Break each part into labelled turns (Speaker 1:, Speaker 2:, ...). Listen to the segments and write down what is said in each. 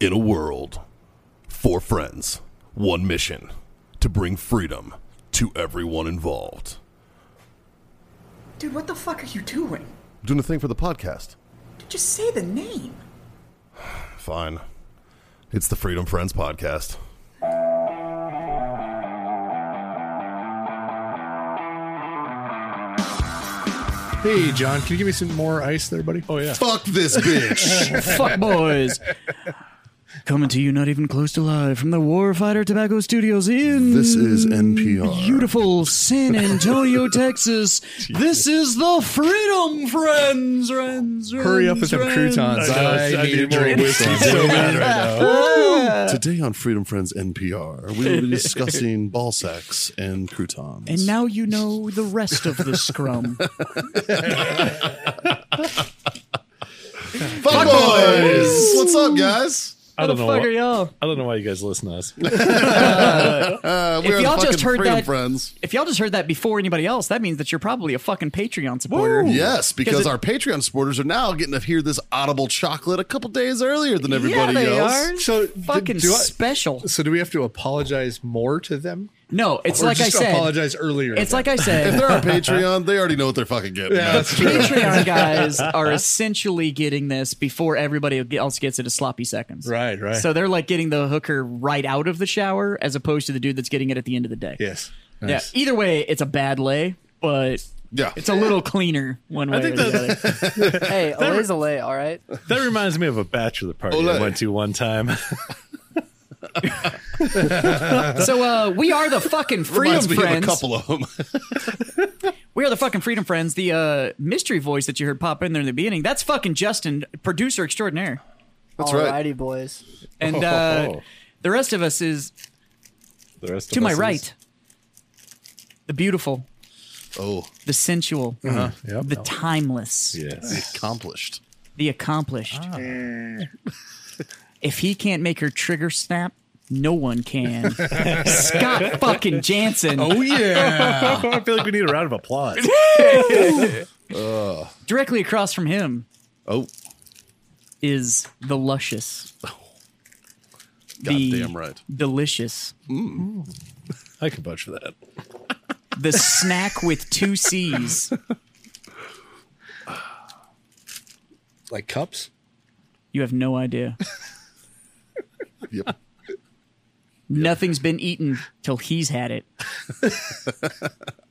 Speaker 1: In a world, four friends, one mission to bring freedom to everyone involved.
Speaker 2: Dude, what the fuck are you doing?
Speaker 1: Doing a thing for the podcast.
Speaker 2: Just say the name.
Speaker 1: Fine. It's the Freedom Friends podcast.
Speaker 3: Hey, John, can you give me some more ice there, buddy? Oh, yeah.
Speaker 1: Fuck this bitch.
Speaker 4: Fuck boys. Coming to you, not even close to live, from the Warfighter Tobacco Studios in
Speaker 1: this is NPR.
Speaker 4: beautiful San Antonio, Texas. This is the Freedom Friends. friends,
Speaker 3: Hurry up with some
Speaker 4: friends.
Speaker 3: croutons. I, need a drink.
Speaker 1: whiskey
Speaker 3: so bad right now.
Speaker 1: Today on Freedom Friends NPR, we will be discussing ball sacks and croutons.
Speaker 4: And now you know the rest of the scrum.
Speaker 1: fuck boys! What's up, guys?
Speaker 3: I don't know.
Speaker 4: Fuck are
Speaker 3: Why,
Speaker 4: y'all?
Speaker 3: I don't know why you guys listen to us.
Speaker 1: Uh, we
Speaker 4: If
Speaker 1: are the
Speaker 4: y'all
Speaker 1: fucking
Speaker 4: just heard
Speaker 1: Freedom
Speaker 4: that-
Speaker 1: Friends.
Speaker 4: If y'all just heard that before anybody else, that means that you're probably a fucking Patreon supporter.
Speaker 1: Yes, because
Speaker 4: it-
Speaker 1: our Patreon supporters are now getting to hear this audible chocolate a couple days earlier than everybody
Speaker 4: yeah, they
Speaker 1: else.
Speaker 4: are.
Speaker 3: So, d-
Speaker 4: fucking
Speaker 3: do I-
Speaker 4: special.
Speaker 3: So, do we have to apologize more to them?
Speaker 4: No, it's
Speaker 3: Or
Speaker 4: like I
Speaker 3: just
Speaker 4: said.
Speaker 3: apologize earlier.
Speaker 4: It's like I said.
Speaker 1: If they're on Patreon, they already know what they're fucking getting.
Speaker 3: Yeah,
Speaker 1: man.
Speaker 3: that's true.
Speaker 4: Patreon guys are essentially getting this before everybody else gets it a sloppy seconds.
Speaker 3: Right, right.
Speaker 4: So they're like getting the hooker right out of the shower as opposed to the dude that's getting it at the end of the day.
Speaker 3: yes.
Speaker 4: Yeah.
Speaker 3: Nice.
Speaker 4: Either way, it's a bad lay, but
Speaker 1: Yeah.
Speaker 4: it's a little cleaner one way or the other.
Speaker 5: Hey, Olay's a lay, all right?
Speaker 6: That reminds me of a bachelor party
Speaker 1: Olay.
Speaker 6: I went to one time.
Speaker 4: So uh, we are the fucking Freedom
Speaker 1: Reminds me of a
Speaker 4: Friends.
Speaker 1: couple of them.
Speaker 4: We are the fucking Freedom Friends. The uh, mystery voice that you heard pop in there in the beginning, that's fucking Justin, producer extraordinaire.
Speaker 1: That's
Speaker 5: Alrighty,
Speaker 1: right.
Speaker 5: boys.
Speaker 1: Oh.
Speaker 4: And uh, the rest of us is
Speaker 6: Oh, The rest
Speaker 4: to
Speaker 6: of
Speaker 4: my
Speaker 6: us is-
Speaker 4: right, the beautiful,
Speaker 1: Oh,
Speaker 4: the sensual,
Speaker 1: Mm-hmm.
Speaker 4: uh, the timeless,
Speaker 6: Yes.
Speaker 1: accomplished.
Speaker 4: the accomplished.
Speaker 1: Ah.
Speaker 4: if he can't make her trigger snap, no one can. Scott fucking Jansen,
Speaker 3: Oh, yeah.
Speaker 6: I feel like we need a round of applause.
Speaker 4: directly across from him
Speaker 1: Oh,
Speaker 4: is the luscious, the
Speaker 1: goddamn right.
Speaker 4: delicious,
Speaker 3: I can vouch for that.
Speaker 4: the snack with two C's.
Speaker 3: Like cups?
Speaker 4: You have no idea.
Speaker 1: Yep.
Speaker 4: Nothing's been eaten till he's had it.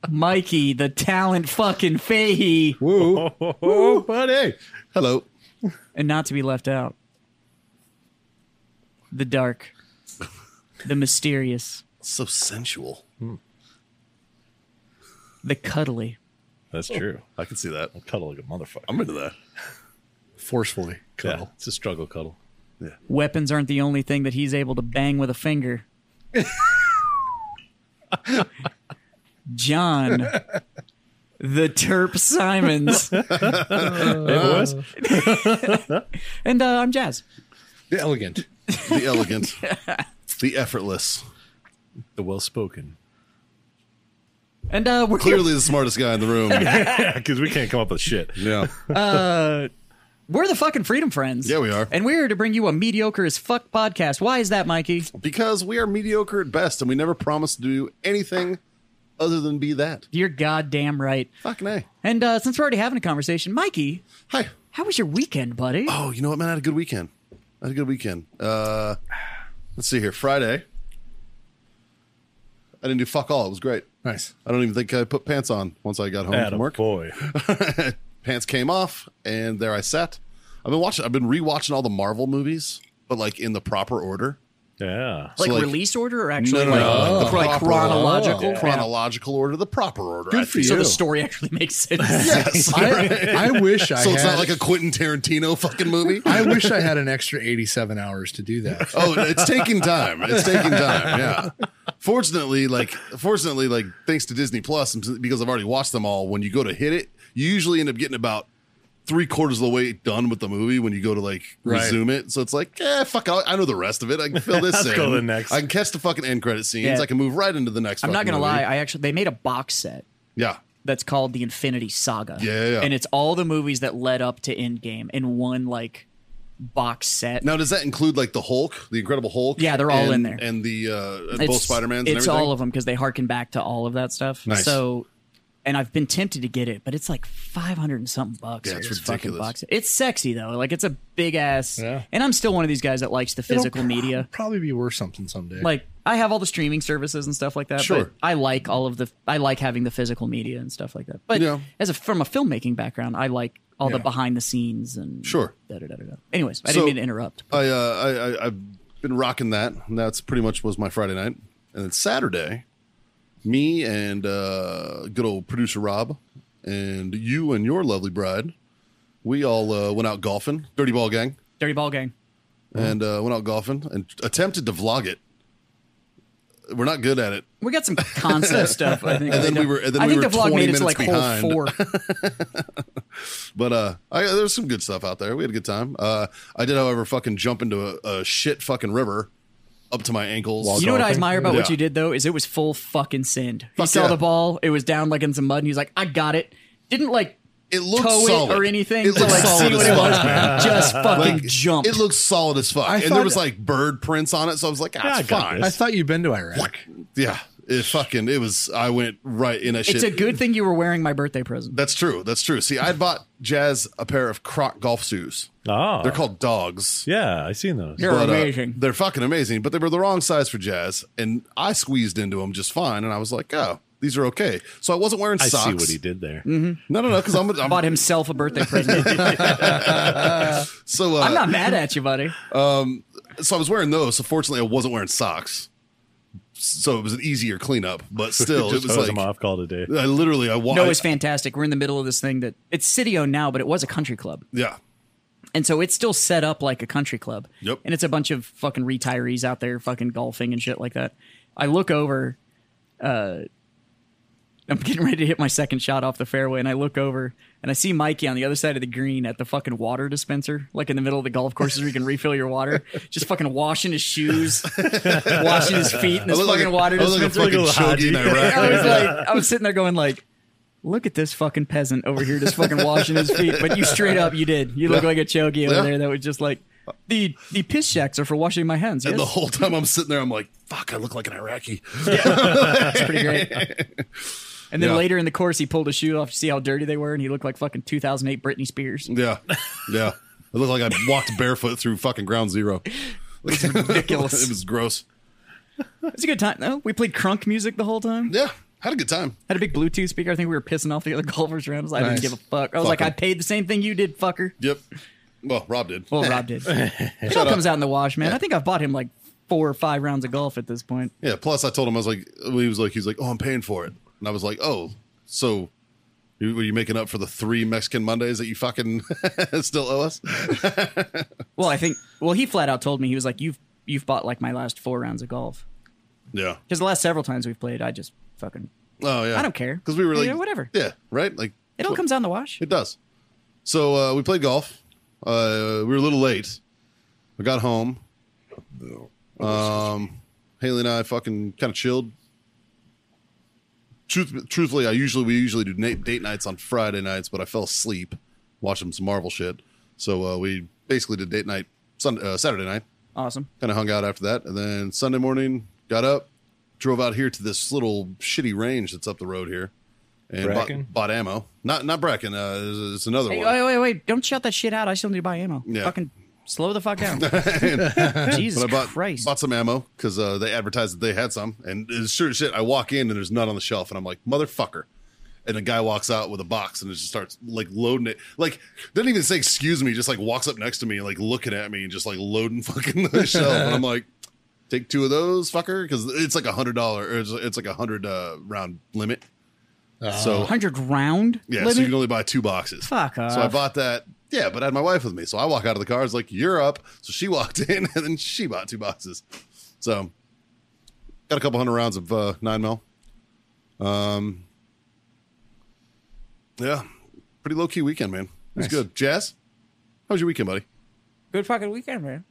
Speaker 4: Mikey, the talent fucking Fahey,
Speaker 3: Woo. Woo, buddy.
Speaker 1: Hello.
Speaker 4: and not to be left out. The dark, the mysterious,
Speaker 1: So sensual.
Speaker 4: the cuddly,
Speaker 6: That's true.
Speaker 1: I can see that.
Speaker 6: I cuddle like a motherfucker.
Speaker 1: I'm into that.
Speaker 3: Forcefully
Speaker 6: Yeah,
Speaker 3: cuddle.
Speaker 6: it's a struggle cuddle.
Speaker 4: weapons aren't the only thing that he's able to bang with a finger. John, the Terp Simons,
Speaker 1: Uh,
Speaker 6: it was.
Speaker 4: and uh, I'm Jazz.
Speaker 3: The elegant.
Speaker 1: The elegant. the effortless.
Speaker 6: The well spoken.
Speaker 4: And uh, we're
Speaker 1: Clearly the smartest guy in the room.
Speaker 6: Because we can't come up with shit.
Speaker 1: Yeah.
Speaker 4: we're the fucking Freedom Friends.
Speaker 1: Yeah, we are.
Speaker 4: And we're here to bring you a mediocre as fuck podcast. Why is that, Mikey?
Speaker 1: Because we are mediocre at best and we never promise to do anything other than be that.
Speaker 4: You're goddamn right.
Speaker 1: Fucking A.
Speaker 4: And uh, since we're already having a conversation, Mikey,
Speaker 1: Hi.
Speaker 4: how was your weekend, buddy?
Speaker 1: Oh, you know what, man? I had a good weekend. I had a good weekend. Uh, let's see here. Friday. I didn't do fuck all. It was great.
Speaker 3: Nice.
Speaker 1: I don't even think I put pants on once I got home
Speaker 6: Atta
Speaker 1: from work.
Speaker 6: boy.
Speaker 1: pants came off and there I sat. I've been watching I've been rewatching all the Marvel movies, but like in the proper order.
Speaker 6: Yeah.
Speaker 4: like,
Speaker 1: so, like-
Speaker 4: release order or actually
Speaker 1: no,
Speaker 4: like,
Speaker 1: no, no, the
Speaker 4: like
Speaker 1: proper-
Speaker 4: chronological?
Speaker 1: Oh. Chronological order, the proper order. I
Speaker 3: Good for
Speaker 1: feel.
Speaker 3: you.
Speaker 4: So the story actually makes sense.
Speaker 1: Yes.
Speaker 3: I, I wish I
Speaker 1: so
Speaker 3: had.
Speaker 1: it's not like a Quentin Tarantino fucking movie.
Speaker 3: I wish I had an extra 87 hours to do that.
Speaker 1: oh, it's taking time. It's taking time. Yeah. Fortunately, like fortunately, like thanks to Disney Plus, and because I've already watched them all. When you go to hit it, you usually end up getting about three quarters of the way done with the movie when you go to like
Speaker 3: Right.
Speaker 1: resume it. So it's like, eh, fuck, I, I know the rest of it. I can fill this in.
Speaker 6: Let's go to the next.
Speaker 1: I can catch the fucking end credit scenes.
Speaker 4: Yeah.
Speaker 1: I can move right into the next.
Speaker 4: I'm not
Speaker 1: fucking
Speaker 4: gonna
Speaker 1: movie.
Speaker 4: lie. I actually they made a box set
Speaker 1: Yeah.
Speaker 4: that's called the Infinity Saga.
Speaker 1: Yeah, yeah, yeah.
Speaker 4: and it's all the movies that led up to Endgame in one like box set.
Speaker 1: Now, does that include like the Hulk, the Incredible Hulk?
Speaker 4: Yeah, they're all
Speaker 1: and-
Speaker 4: in there.
Speaker 1: and the uh,
Speaker 4: it's,
Speaker 1: both Spider Mans.
Speaker 4: It's all of them because they harken back to all of that stuff.
Speaker 1: Nice.
Speaker 4: So, and I've been tempted to get it, but it's like five hundred and something bucks.
Speaker 1: Yeah,
Speaker 4: for
Speaker 1: it's
Speaker 4: this fucking
Speaker 1: ridiculous.
Speaker 4: box. It's sexy though. Like it's a big ass.
Speaker 3: Yeah.
Speaker 4: And I'm still one of these guys that likes the physical
Speaker 3: It'll pro-
Speaker 4: media.
Speaker 3: Probably be worth something someday.
Speaker 4: Like I have all the streaming services and stuff like that.
Speaker 1: Sure.
Speaker 4: But I like all of the. I like having the physical media and stuff like that. But
Speaker 1: Yeah.
Speaker 4: as a from a filmmaking background, I like all the
Speaker 3: Yeah.
Speaker 4: behind the scenes and
Speaker 1: Sure.
Speaker 4: Da, da, da, da, da. Anyways, I
Speaker 1: So-
Speaker 4: didn't mean to interrupt.
Speaker 1: I, uh, I, I I've been rocking that. And that's pretty much was my Friday night, and then Saturday, me and uh, good old producer Rob, and you and your lovely bride, we all uh, went out golfing, dirty ball gang,
Speaker 4: Dirty ball gang. Uh-huh.
Speaker 1: and uh, went out golfing and attempted to vlog it. We're not good at it.
Speaker 4: We got some concept stuff. I think.
Speaker 1: And then we were- and then
Speaker 4: I
Speaker 1: we
Speaker 4: think
Speaker 1: were
Speaker 4: the vlog
Speaker 1: 20
Speaker 4: made it to like
Speaker 1: minutes
Speaker 4: hole four.
Speaker 1: behind. But uh, I, there was some good stuff out there. We had a good time. Uh, I did, however, fucking jump into a, a shit fucking river up to my ankles.
Speaker 6: While
Speaker 4: You know what I
Speaker 6: golfing?
Speaker 4: admire about what
Speaker 1: Yeah.
Speaker 4: you did though is it was full fucking send. He
Speaker 1: Fuck
Speaker 4: saw
Speaker 1: yeah.
Speaker 4: the ball, it was down like in some mud, and he was like, "I got it." Didn't like
Speaker 1: It looked
Speaker 4: toe
Speaker 1: solid.
Speaker 4: it or anything
Speaker 1: It
Speaker 4: to
Speaker 1: looked
Speaker 4: like
Speaker 1: solid
Speaker 4: see what
Speaker 1: as
Speaker 4: it was.
Speaker 1: fuck, man.
Speaker 4: Just fucking
Speaker 1: Like,
Speaker 4: jump.
Speaker 1: It looked solid as fuck,
Speaker 3: I
Speaker 1: and
Speaker 3: thought-
Speaker 1: there was like bird prints on it. So I was like, ah,
Speaker 6: Yeah, I
Speaker 1: it's
Speaker 6: got
Speaker 1: fine.
Speaker 6: this.
Speaker 3: I thought you'd been to Iraq.
Speaker 1: Yeah, it fucking it was. I went right in a shit.
Speaker 4: it's a good thing you were wearing my birthday present.
Speaker 1: That's true. That's true. See, I bought Jazz a pair of Croc golf shoes.
Speaker 6: Oh.
Speaker 1: They're called dogs.
Speaker 6: Yeah, I seen those.
Speaker 4: You're
Speaker 1: But, uh,
Speaker 4: amazing.
Speaker 1: they're fucking amazing, but they were the wrong size for Jazz, and I squeezed into them just fine. And I was like, oh, these are okay. So I wasn't wearing
Speaker 6: I
Speaker 1: socks.
Speaker 6: see what he did there.
Speaker 4: Mm-hmm.
Speaker 1: No, no, no, because I'm, I'm
Speaker 4: Bought himself a birthday present.
Speaker 1: so uh,
Speaker 4: I'm not mad at you, buddy.
Speaker 1: so I was wearing those. So fortunately, I wasn't wearing socks, so it was an easier cleanup. But still, it
Speaker 6: Just
Speaker 1: was
Speaker 6: hose
Speaker 1: like
Speaker 6: him off. Call today.
Speaker 1: I literally I walked.
Speaker 4: No, it's fantastic. We're in the middle of this thing that it's City O now, but it was a country club.
Speaker 1: yeah,
Speaker 4: And so it's still set up like a country club.
Speaker 1: Yep.
Speaker 4: And it's a bunch of fucking retirees out there fucking golfing and shit like that. I look over, uh, I'm getting ready to hit my second shot off the fairway, and I look over and I see Mikey on the other side of the green at the fucking water dispenser, like in the middle of the golf courses where you can refill your water, just fucking washing his shoes, washing his feet in
Speaker 1: I
Speaker 4: this
Speaker 1: look
Speaker 4: fucking
Speaker 1: like a-
Speaker 4: water
Speaker 1: I look like a
Speaker 4: dispenser.
Speaker 1: fucking
Speaker 6: Look at
Speaker 1: shogi in
Speaker 6: Haji.
Speaker 1: Iraq.
Speaker 4: I was like, I was sitting there going like, look at this fucking peasant over here just fucking washing his feet. But you straight up, you did. You look like a chogi over
Speaker 1: Yeah.
Speaker 4: there that was just like the the piss shacks are for washing my hands. Yes?
Speaker 1: And the whole time I'm sitting there, I'm like, fuck, I look like an Iraqi.
Speaker 4: That's pretty great. And then
Speaker 1: Yeah.
Speaker 4: later in the course, he pulled his shoe off to see how dirty they were, and he looked like fucking 2008 Britney Spears.
Speaker 1: Yeah. Yeah. I look like I walked barefoot through fucking ground zero. It's
Speaker 4: ridiculous.
Speaker 1: it was gross.
Speaker 4: It's a good time though. We played crunk music the whole time.
Speaker 1: Yeah. Had a good time.
Speaker 4: Had a big Bluetooth speaker. I think we were pissing off the other golfers around us. I
Speaker 3: Nice.
Speaker 4: didn't give a fuck. I was
Speaker 1: Fuck
Speaker 4: like, I
Speaker 1: 'em.
Speaker 4: paid the same thing you did, fucker.
Speaker 1: Yep. Well, Rob did.
Speaker 4: Well, Rob did. It all comes out in the wash, man. I think I've bought him like four or five rounds of golf at this point.
Speaker 1: Yeah. Plus, I told him, I was like, well, he was like, he's like, oh, I'm paying for it. And I was like, oh, so you- were you making up for the three Mexican Mondays that you fucking still owe us?
Speaker 4: Well, I think. Well, he flat out told me he was like, "You've you've bought like my last four rounds of golf
Speaker 1: Yeah.
Speaker 4: because the last several times we've played, I just fucking
Speaker 1: Oh, yeah.
Speaker 4: I don't care.
Speaker 1: Because we were
Speaker 4: Yeah,
Speaker 1: like,
Speaker 4: whatever.
Speaker 1: Yeah. Right. Like,
Speaker 4: it all comes out in the wash.
Speaker 1: It does. So uh, we played golf. Uh, we were a little late. I got home. Um, Haley and I fucking kind of chilled. Truth, truthfully, I usually we usually do na- date nights on Friday nights, but I fell asleep watching some Marvel shit. So uh, we basically did date night Sun uh, Saturday night.
Speaker 4: Awesome.
Speaker 1: Kind of hung out after that, and then Sunday morning got up, drove out here to this little shitty range that's up the road here, and bought,
Speaker 3: Bracken?
Speaker 1: bought ammo. Not not Bracken. Uh, it's, it's another
Speaker 4: Hey,
Speaker 1: one.
Speaker 4: wait, wait, wait! Don't shout that shit out. I still need to buy ammo.
Speaker 1: Yeah.
Speaker 4: Fucking slow the fuck down. Jesus
Speaker 1: But I bought,
Speaker 4: Christ!
Speaker 1: bought some ammo because uh, they advertised that they had some. And it's sure as shit, I walk in and there's none on the shelf. And I'm like, motherfucker. And the guy walks out with a box and it just starts like loading it. Like, doesn't even say, excuse me, just like walks up next to me, like looking at me and just like loading fucking the shelf. And I'm like, take two of those, fucker. Because it's like a hundred dollar, or it's, it's like a hundred uh, round limit. so,
Speaker 4: Hundred round.
Speaker 1: yeah,
Speaker 4: Uh-huh. limit?
Speaker 1: so you can only buy two boxes.
Speaker 4: Fuck
Speaker 1: So I
Speaker 4: off.
Speaker 1: bought that. Yeah, but I had my wife with me. So I walk out of the car. It's like, you're up. So she walked in and then she bought two boxes. So got a couple hundred rounds of uh, 9 mil. Um, yeah, pretty low key weekend, man. It was
Speaker 3: Nice.
Speaker 1: good. Jazz, how was your weekend, buddy?
Speaker 4: Good fucking weekend, man.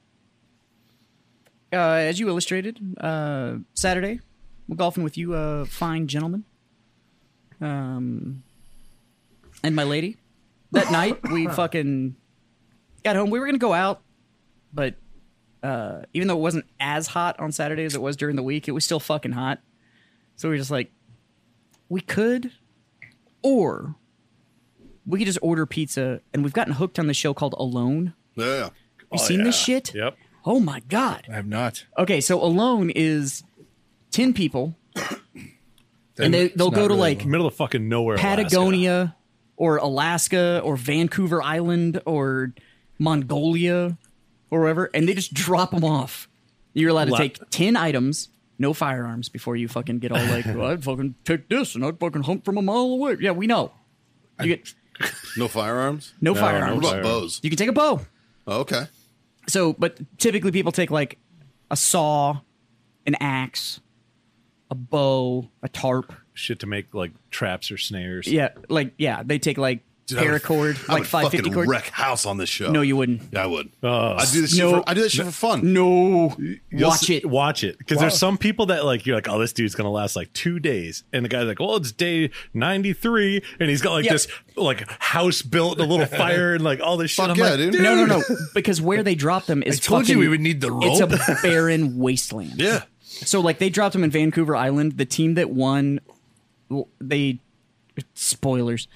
Speaker 4: Uh, as you illustrated, uh, Saturday, we're golfing with you, uh, fine gentlemen. Um, and my lady. That night, we fucking got home. We were going to go out, but uh, even though it wasn't as hot on Saturday as it was during the week, it was still fucking hot. So we were just like, we could, or we could just order pizza. And we've gotten hooked on the show called Alone.
Speaker 1: Yeah.
Speaker 4: You seen this shit?
Speaker 6: Yep.
Speaker 4: Oh my god.
Speaker 3: I have not.
Speaker 4: Okay, so Alone is ten people, and they
Speaker 3: It's
Speaker 4: they'll
Speaker 3: not
Speaker 4: go to
Speaker 3: really
Speaker 4: like
Speaker 3: long.
Speaker 6: Middle of fucking nowhere. Alaska.
Speaker 4: Patagonia or Alaska or Vancouver Island or Mongolia or wherever, and they just drop them off. You're allowed to
Speaker 6: Lot-
Speaker 4: take 10 items, no firearms, before you fucking get all like, well, I'd fucking take this and I'd fucking hunt from a mile away. Yeah, we know. You get
Speaker 1: No firearms?
Speaker 4: no,
Speaker 1: What
Speaker 4: firearms.
Speaker 1: about bows?
Speaker 4: You can take a bow.
Speaker 1: Oh, okay.
Speaker 4: So, but typically people take like a saw, an axe, a bow, a tarp.
Speaker 6: Shit to make like traps or snares.
Speaker 4: Yeah, like, yeah, they take like
Speaker 1: Dude, I would-
Speaker 4: paracord,
Speaker 1: I
Speaker 4: like
Speaker 1: would fucking
Speaker 4: 550 cord.
Speaker 1: wreck house on this show.
Speaker 4: No, you wouldn't.
Speaker 1: Yeah, I would.
Speaker 6: Oh.
Speaker 1: I do this. Shit
Speaker 4: No.
Speaker 1: for, I do that shit for fun.
Speaker 4: No.
Speaker 6: You'll
Speaker 4: Watch
Speaker 6: s-
Speaker 4: it.
Speaker 6: Watch it. Because
Speaker 3: Wow.
Speaker 6: there's some people that like you're like, oh, this dude's gonna last like two days, and the guy's like, well, it's day 93, and he's got like
Speaker 4: Yeah.
Speaker 6: this like house built, and a little fire, and like all this shit.
Speaker 1: Fuck
Speaker 6: I'm
Speaker 1: yeah,
Speaker 6: like,
Speaker 1: dude.
Speaker 4: No, no, no. Because where they drop them is
Speaker 1: told you
Speaker 4: fucking-
Speaker 1: we would need the
Speaker 4: It's
Speaker 1: rope.
Speaker 4: a barren wasteland.
Speaker 1: Yeah.
Speaker 4: So like they dropped them in Vancouver Island. The team that won, well, they spoilers.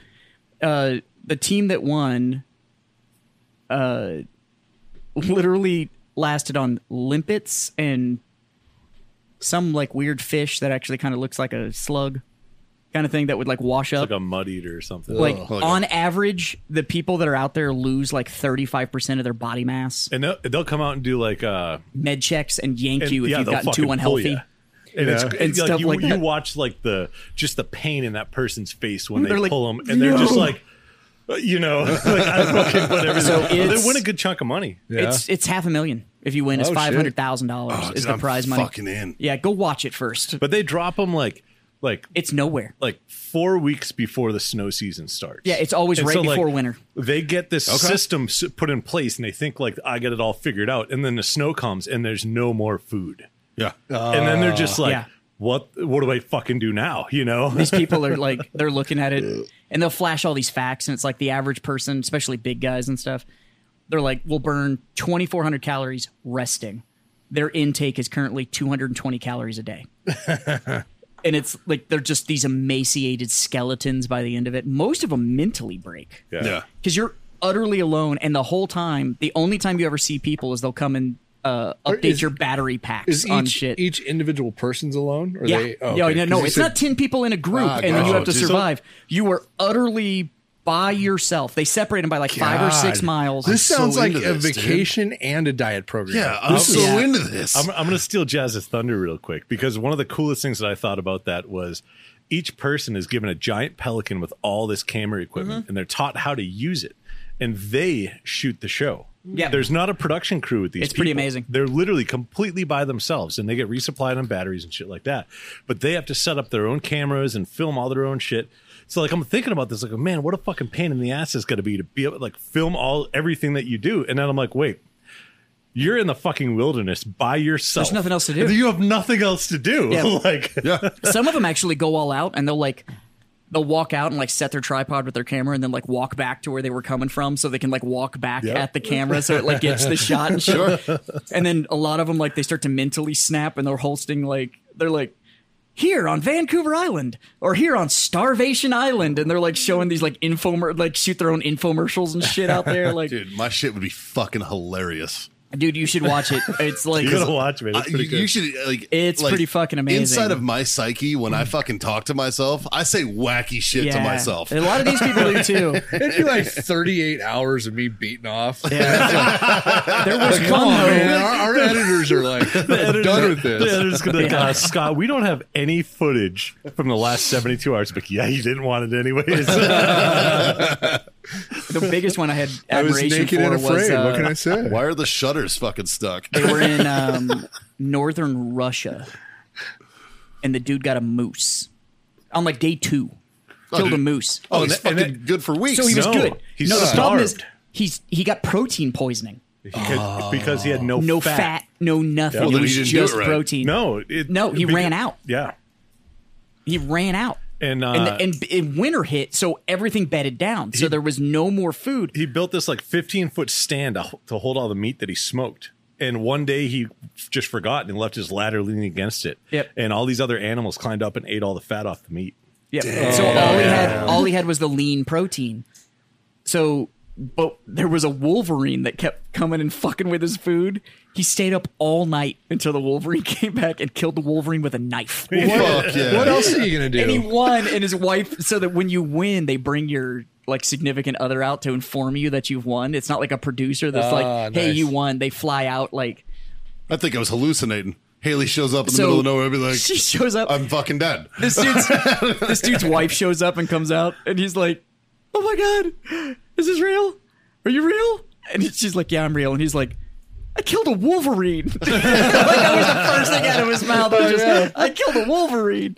Speaker 4: Uh, the team that won, uh, literally lasted on limpets and some like weird fish that actually kind of looks like a slug, kind of thing that would like wash up.
Speaker 6: Like oh, a mud eater or something.
Speaker 4: like
Speaker 1: Ugh. Like a-
Speaker 4: on average the people that are out there lose like 35% of their body mass
Speaker 6: and they'll, they'll come out and do like uh
Speaker 4: med checks and yank
Speaker 6: and,
Speaker 4: you if
Speaker 6: yeah,
Speaker 4: you've
Speaker 6: they'll
Speaker 4: gotten
Speaker 6: fucking
Speaker 4: too
Speaker 6: pull
Speaker 4: unhealthy
Speaker 6: ya. And it's,
Speaker 3: Yeah.
Speaker 6: it's
Speaker 4: And
Speaker 6: like,
Speaker 4: stuff
Speaker 6: you,
Speaker 4: like
Speaker 6: you
Speaker 4: that.
Speaker 6: watch like the just the pain in that person's face when they
Speaker 4: Mm, They're like,
Speaker 6: pull them, and they're just
Speaker 4: "No."
Speaker 6: like, uh, you know, like I fucking whatever.
Speaker 4: So
Speaker 6: But they
Speaker 4: it's-
Speaker 6: win a good chunk of money.
Speaker 4: it's it's half a million if you win it's
Speaker 3: Oh, shit.
Speaker 4: $500000
Speaker 1: Oh,
Speaker 4: is
Speaker 1: dude,
Speaker 4: the
Speaker 1: I'm
Speaker 4: prize money
Speaker 1: Fucking in.
Speaker 4: yeah go watch it first
Speaker 6: But they drop them like like
Speaker 4: it's nowhere
Speaker 6: like four weeks before the snow season starts.
Speaker 4: Yeah, it's always right before winter.
Speaker 6: They get this system s- put in place, and they think like I got it all figured out, and then the snow comes, and there's no more food,
Speaker 1: Yeah.
Speaker 6: and then they're just like,
Speaker 4: Uh, yeah.
Speaker 6: "What? What do I fucking do now?" You know?
Speaker 4: these people are like they're looking at it and they'll flash all these facts and it's like the average person especially big guys and stuff they're like will burn 2400 calories resting their intake is currently 220 calories a day and it's like they're just these emaciated skeletons by the end of it most of them mentally break
Speaker 1: Yeah.
Speaker 4: because you're utterly alone and the whole time the only time you ever see people is they'll come and uh, update
Speaker 3: is-
Speaker 4: your battery packs
Speaker 3: Is
Speaker 4: on
Speaker 3: each,
Speaker 4: shit
Speaker 3: each individual person's alone? Or
Speaker 4: yeah.
Speaker 3: They, oh,
Speaker 4: yeah,
Speaker 3: okay.
Speaker 4: no, no,
Speaker 3: 'Cause you
Speaker 4: it's
Speaker 3: said-
Speaker 4: not 10 people in a group
Speaker 3: Ah,
Speaker 4: and then you
Speaker 3: gotcha.
Speaker 4: have to
Speaker 1: Dude, so-
Speaker 4: survive. you are utterly by yourself. They separate them by like five or six
Speaker 3: God.
Speaker 4: miles.
Speaker 3: This
Speaker 1: I'm so
Speaker 3: sounds like
Speaker 1: into
Speaker 3: a
Speaker 1: this, dude.
Speaker 3: vacation and a diet program.
Speaker 1: Yeah. uh, I'm
Speaker 4: This
Speaker 1: so
Speaker 4: is-
Speaker 1: into this.
Speaker 6: I'm, I'm going to steal Jazz's thunder real quick because one of the coolest things that I thought about that was each person is given a giant pelican with all this camera
Speaker 4: Mm-hmm.
Speaker 6: equipment and they're taught how to use it and they shoot the show.
Speaker 4: Yeah.
Speaker 6: There's not a production crew with these
Speaker 4: It's pretty
Speaker 6: people.
Speaker 4: amazing.
Speaker 6: They're literally completely by themselves and they get resupplied on batteries and shit like that. But they have to set up their own cameras and film all their own shit. So like I'm thinking about this, like, man, what a fucking pain in the ass it's gonna be to be able to like film all everything that you do. And then I'm like, wait, you're in the fucking wilderness by yourself.
Speaker 4: There's nothing else to do.
Speaker 6: You have nothing else to do.
Speaker 4: Yeah.
Speaker 6: like
Speaker 1: yeah.
Speaker 4: Some of them actually go all out and they'll like they'll walk out and like set their tripod with their camera and then like walk back to where they were coming from so they can like walk back
Speaker 6: Yeah.
Speaker 4: at the camera so it like gets the shot and sure. And then a lot of them like they start to mentally snap and they're hosting like they're like here on Vancouver Island or here on Starvation Island and they're like showing these like infomer like shoot their own infomercials and shit out there like dude,
Speaker 1: Dude, my shit would be fucking hilarious.
Speaker 4: you should watch it. It's like
Speaker 6: you gotta watch me. It's
Speaker 1: I-
Speaker 6: pretty
Speaker 1: you,
Speaker 6: good.
Speaker 1: you should like.
Speaker 4: It's
Speaker 1: like,
Speaker 4: pretty fucking amazing.
Speaker 1: Inside of my psyche, when I fucking talk to myself, I say wacky shit to
Speaker 4: Yeah.
Speaker 1: myself.
Speaker 4: A lot of these people do too.
Speaker 3: It'd be like 38 hours of me beating off.
Speaker 4: There was
Speaker 3: Like, come
Speaker 4: one
Speaker 3: on,
Speaker 4: though.
Speaker 3: man. Our, our editors are like, I'm done with
Speaker 6: The
Speaker 3: this.
Speaker 6: editor's gonna, uh, Scott, we don't have any footage from the last 72 hours. But yeah, you didn't want it anyways.
Speaker 4: the biggest one I had
Speaker 3: I was
Speaker 4: admiration
Speaker 3: naked
Speaker 4: for
Speaker 3: and afraid.
Speaker 4: was uh,
Speaker 3: what can I say?
Speaker 1: Why are the shutters fucking stuck?
Speaker 4: they were in um, northern Russia, and the dude got a moose on like day two, killed a
Speaker 1: dude.
Speaker 4: moose.
Speaker 1: Oh, it's
Speaker 6: and that-
Speaker 1: fucking
Speaker 6: and
Speaker 1: good for weeks.
Speaker 4: so he was
Speaker 6: no,
Speaker 4: good.
Speaker 6: he's
Speaker 4: no, the problem is
Speaker 6: starved.
Speaker 4: he's he got protein poisoning.
Speaker 6: Because- because he had no
Speaker 4: No
Speaker 6: fat.
Speaker 4: fat, no nothing.
Speaker 1: Well,
Speaker 4: it
Speaker 1: then
Speaker 4: was
Speaker 1: he didn't do
Speaker 4: just
Speaker 1: it right.
Speaker 4: protein.
Speaker 6: No, it,
Speaker 4: No, he
Speaker 6: beca-
Speaker 4: ran out.
Speaker 6: Yeah,
Speaker 4: he ran out.
Speaker 6: And, uh,
Speaker 4: and, and and winter hit, so everything bedded down. So there was no more food.
Speaker 6: he built this like 15 foot stand to to hold all the meat that he smoked. And one day he just forgot and left his ladder leaning against it.
Speaker 4: Yep.
Speaker 6: And all these other animals climbed up and ate all the fat off the meat.
Speaker 4: Yeah. So all he had all he had was the lean protein. So but there was a wolverine that kept coming and fucking with his food. He stayed up all night until the wolverine came back and killed the wolverine with a knife.
Speaker 1: Fuck yeah.
Speaker 3: What else are you gonna do?
Speaker 4: And he won and his wife so that when you win they bring your like significant other out to inform you that you've won. It's not like a producer that's
Speaker 3: Ah,
Speaker 4: like, "Hey,
Speaker 3: nice.
Speaker 4: you won." They fly out like
Speaker 1: I think I was hallucinating. Haley shows up in the
Speaker 4: So,
Speaker 1: middle of nowhere and be like,
Speaker 4: she shows up
Speaker 1: I'm fucking dead.
Speaker 4: this dude's this dude's wife shows up and comes out and he's like, "Oh my god, is this real? Are you real?" And she's like, "Yeah, I'm real." And he's like, "I killed a wolverine." like that was the first thing out of his mouth. was just, I killed a wolverine.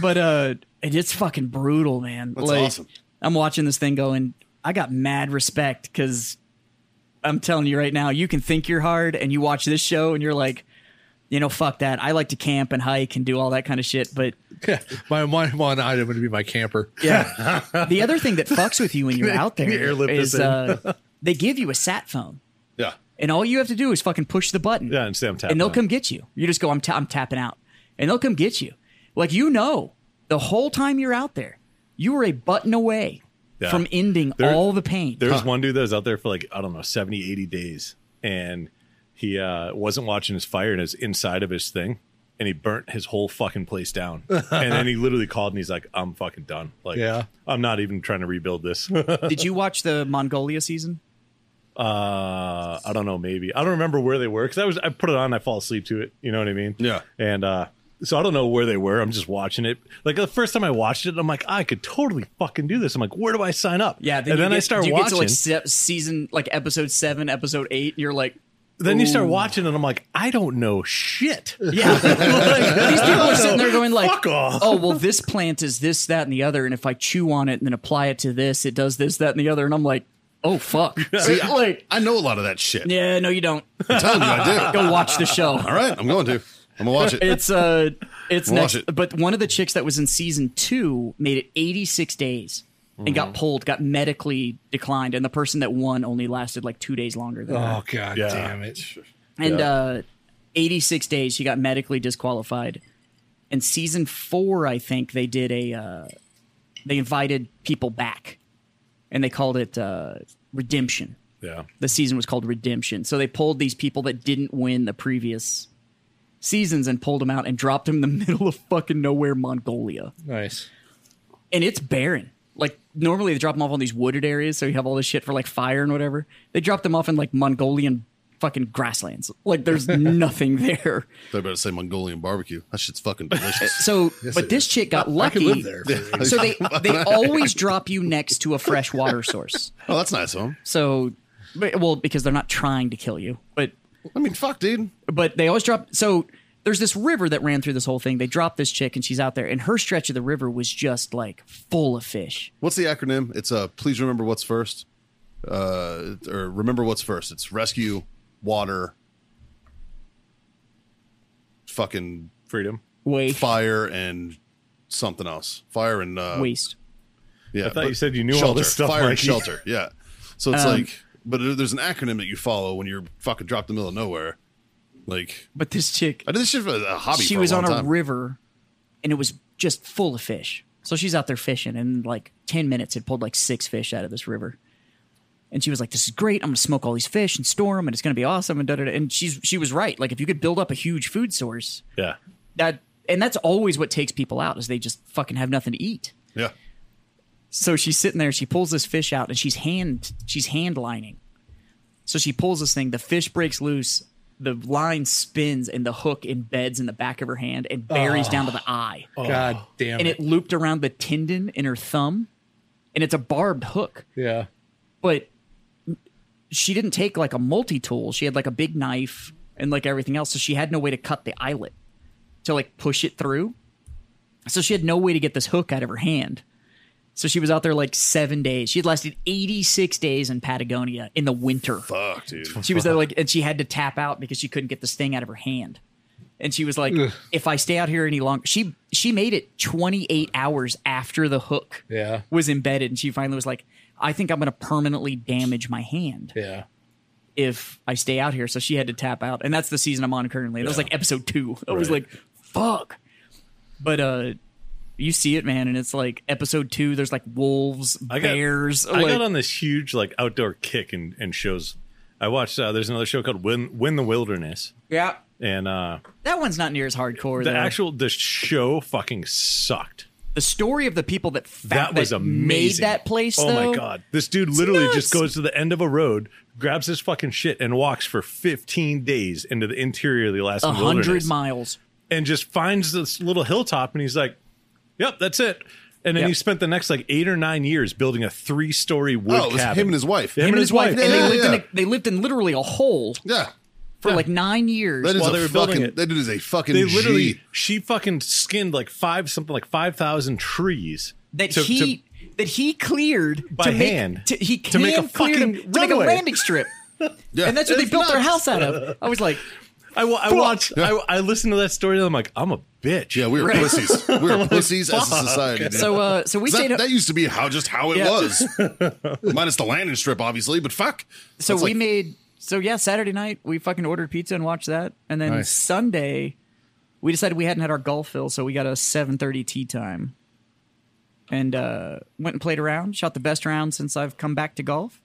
Speaker 4: But uh, it is fucking brutal, man. That's
Speaker 1: awesome.
Speaker 4: I'm watching this thing going. I got mad respect because I'm telling you right now, you can think you're hard, and you watch this show, and you're like, you know, fuck that. I like to camp and hike and do all that kind of shit, but
Speaker 3: my, my one item would be my camper.
Speaker 4: yeah. the other thing that fucks with you when you're out there
Speaker 6: Airlift
Speaker 4: is
Speaker 6: this in.
Speaker 4: uh, they give you a sat phone,
Speaker 1: Yeah.
Speaker 4: and all you have to do is fucking push the button.
Speaker 6: Yeah, and say, "I'm tapping
Speaker 4: and they'll
Speaker 6: out."
Speaker 4: come get you. You just go, I'm, ta- I'm tapping out, and they'll come get you. Like you know, the whole time you're out there, you were a button away
Speaker 6: Yeah.
Speaker 4: from ending
Speaker 6: There-
Speaker 4: all the pain.
Speaker 6: There's one dude that was out there for like, I don't know, 70, 80 days. And he uh, wasn't watching his fire and it was inside of his thing. And he burnt his whole fucking place down. and then he literally called and he's like, I'm fucking done. Like,
Speaker 3: Yeah.
Speaker 6: I'm not even trying to rebuild this.
Speaker 4: Did you watch the Mongolia season?
Speaker 6: uh i don't know maybe i don't remember where they were because i was i put it on i fall asleep to it you know what i mean
Speaker 1: Yeah.
Speaker 6: and uh so i don't know where they were i'm just watching it like the first time i watched it i'm like i could totally fucking do this i'm like where do i sign up
Speaker 4: Yeah,
Speaker 6: and
Speaker 4: you
Speaker 6: then
Speaker 4: get-
Speaker 6: i start
Speaker 4: you
Speaker 6: watching
Speaker 4: Get to like se- season, like episode seven, episode eight, and you're like,
Speaker 6: then you start
Speaker 4: "Ooh."
Speaker 6: watching and i'm like i don't know shit
Speaker 4: Yeah. These people are sitting there going like,
Speaker 6: Fuck off.
Speaker 4: oh, well, this plant is this, that, and the other. And if I chew on it and then apply it to this, it does this, that, and the other. And I'm like, oh, fuck.
Speaker 1: See, I,
Speaker 4: like,
Speaker 1: I know a lot of that shit.
Speaker 4: yeah, no, you don't.
Speaker 1: I'm telling you, I do.
Speaker 4: Go watch the show.
Speaker 1: All right, I'm going to. I'm gonna watch it.
Speaker 4: It's uh, it's
Speaker 1: Watch
Speaker 4: next.
Speaker 1: it.
Speaker 4: But one of the chicks that was in season two made it 86 days and
Speaker 1: Mm-hmm.
Speaker 4: got pulled, got medically declined, and the person that won only lasted like two days longer than her.
Speaker 3: Oh god
Speaker 6: Yeah.
Speaker 3: damn it!
Speaker 4: And uh, 86 days, she got medically disqualified. And season four, I think they did a, uh, they invited people back, and they called it uh, redemption.
Speaker 6: yeah
Speaker 4: The season was called redemption. So they pulled these people that didn't win the previous seasons and pulled them out and dropped them in the middle of fucking nowhere, Mongolia
Speaker 3: Nice.
Speaker 4: and it's barren. Like normally they drop them off on these wooded areas, so you have all this shit for like fire and whatever. They drop them off in like Mongolian fucking grasslands. Like there's nothing there.
Speaker 1: They better say Mongolian barbecue. That shit's fucking delicious.
Speaker 4: So, but this chick got lucky.
Speaker 3: I could live there. for you.
Speaker 4: So they they always drop you next to a fresh water source.
Speaker 1: oh, that's nice of 'em.
Speaker 4: So, but, well, because they're not trying to kill you, but
Speaker 1: I mean, fuck, dude.
Speaker 4: but they always drop. So there's this river that ran through this whole thing. They dropped this chick and she's out there, and her stretch of the river was just like full of fish.
Speaker 1: What's the acronym? It's uh, please remember what's first, uh, or remember what's first. It's rescue, water, fucking
Speaker 6: freedom
Speaker 4: Wait,
Speaker 1: fire, and something else. Fire and uh,
Speaker 4: waste.
Speaker 1: Yeah,
Speaker 6: I thought
Speaker 1: but-
Speaker 6: you said you knew
Speaker 1: shelter,
Speaker 6: all this stuff,
Speaker 1: Fire and
Speaker 6: Mikey.
Speaker 1: shelter. Yeah. So it's like, but there- there's an acronym that you follow when you're fucking dropped in the middle of nowhere. Like
Speaker 4: But this chick,
Speaker 1: I did this shit for a hobby.
Speaker 4: she
Speaker 1: for
Speaker 4: was
Speaker 1: a
Speaker 4: on
Speaker 1: long
Speaker 4: a
Speaker 1: time.
Speaker 4: river and it was just full of fish. So she's out there fishing and in like 10 minutes had pulled like six fish out of this river. And she was like, this is great. I'm going to smoke all these fish and store them and it's going to be awesome. And da, da, da. And she's, she was right. Like if you could build up a huge food source
Speaker 6: yeah
Speaker 4: that, and that's always what takes people out is they just fucking have nothing to eat.
Speaker 1: Yeah.
Speaker 4: So she's sitting there, she pulls this fish out and she's hand, she's hand lining. So she pulls this thing, the fish breaks loose, the line spins and the hook embeds in the back of her hand and buries down to the eye
Speaker 3: God oh, damn
Speaker 4: and it looped around the tendon in her thumb, and it's a barbed hook.
Speaker 3: Yeah.
Speaker 4: But she didn't take like a multi tool. She had like a big knife and like everything else, so she had no way to cut the eyelet to like push it through. So she had no way to get this hook out of her hand. So she was out there like seven days. She had lasted 86 days in Patagonia in the winter.
Speaker 1: Fuck, dude.
Speaker 4: She was there like, and she had to tap out because she couldn't get this thing out of her hand. and she was like, "If I stay out here any longer," she she made it 28 hours after the hook
Speaker 3: Yeah.
Speaker 4: was embedded, and she finally was like, "I think I'm going to permanently damage my hand
Speaker 3: Yeah.
Speaker 4: if I stay out here." So she had to tap out, and that's the season I'm on currently. That was like episode two. I was
Speaker 6: Right.
Speaker 4: like, "Fuck," but uh. You see it, man, and it's like episode two. There's like wolves,
Speaker 6: I got-
Speaker 4: bears.
Speaker 6: I
Speaker 4: like-
Speaker 6: got on this huge like outdoor kick and, and shows. I watched. Uh, there's another show called Win Win the Wilderness,
Speaker 4: yeah,
Speaker 6: and uh,
Speaker 4: that one's not near as hardcore.
Speaker 6: the
Speaker 4: though.
Speaker 6: actual the show fucking sucked.
Speaker 4: the story of the people that fa-
Speaker 6: That was amazing.
Speaker 4: Made that place.
Speaker 6: Oh
Speaker 4: though,
Speaker 6: my god, this dude literally
Speaker 4: nuts.
Speaker 6: just goes to the end of a road, grabs his fucking shit, and walks for 15 days into the interior of the Alaskan
Speaker 4: a hundred
Speaker 6: wilderness,
Speaker 4: miles.
Speaker 6: and just finds this little hilltop, and he's like, "Yep, that's it." And then
Speaker 4: Yep.
Speaker 6: he spent the next like eight or nine years building a three-story wood
Speaker 1: oh, it was
Speaker 6: cabin.
Speaker 1: him and his wife.
Speaker 6: Him and his wife.
Speaker 4: and they
Speaker 1: Yeah,
Speaker 4: lived
Speaker 1: yeah.
Speaker 4: in a, they lived in literally a hole
Speaker 1: Yeah.
Speaker 4: for like nine years.
Speaker 1: That is
Speaker 6: While
Speaker 1: a
Speaker 6: they were building
Speaker 1: fucking.
Speaker 6: it.
Speaker 1: That dude is a fucking.
Speaker 6: they literally
Speaker 1: G.
Speaker 6: she fucking skinned like five something like five thousand trees
Speaker 4: that
Speaker 6: to-
Speaker 4: he
Speaker 6: to-
Speaker 4: that he cleared
Speaker 6: By
Speaker 4: to make-
Speaker 6: hand.
Speaker 4: to, he
Speaker 6: To make a
Speaker 4: hand cleared
Speaker 6: fucking
Speaker 4: to make a
Speaker 6: runway.
Speaker 4: landing strip,
Speaker 1: Yeah.
Speaker 4: and that's what they
Speaker 6: It's
Speaker 4: built their
Speaker 6: nuts.
Speaker 4: house out of. I was like,
Speaker 6: I, wa- I
Speaker 4: Fuck.
Speaker 6: watched I, I listened to that story and I'm like I'm a bitch
Speaker 1: Yeah, we were
Speaker 4: Right.
Speaker 1: pussies. We were pussies as a society. dude.
Speaker 4: so uh, so we
Speaker 1: that,
Speaker 4: stayed.
Speaker 1: that used to be how just how it
Speaker 4: Yeah.
Speaker 1: was, minus the landing strip, obviously. But fuck.
Speaker 4: so
Speaker 1: That's
Speaker 4: we
Speaker 1: like-
Speaker 4: made so yeah saturday night we fucking ordered pizza and watched that and then
Speaker 1: Nice.
Speaker 4: sunday we decided we hadn't had our golf fill so we got a 7.30 tea time and uh went and played around shot the best round since i've come back to golf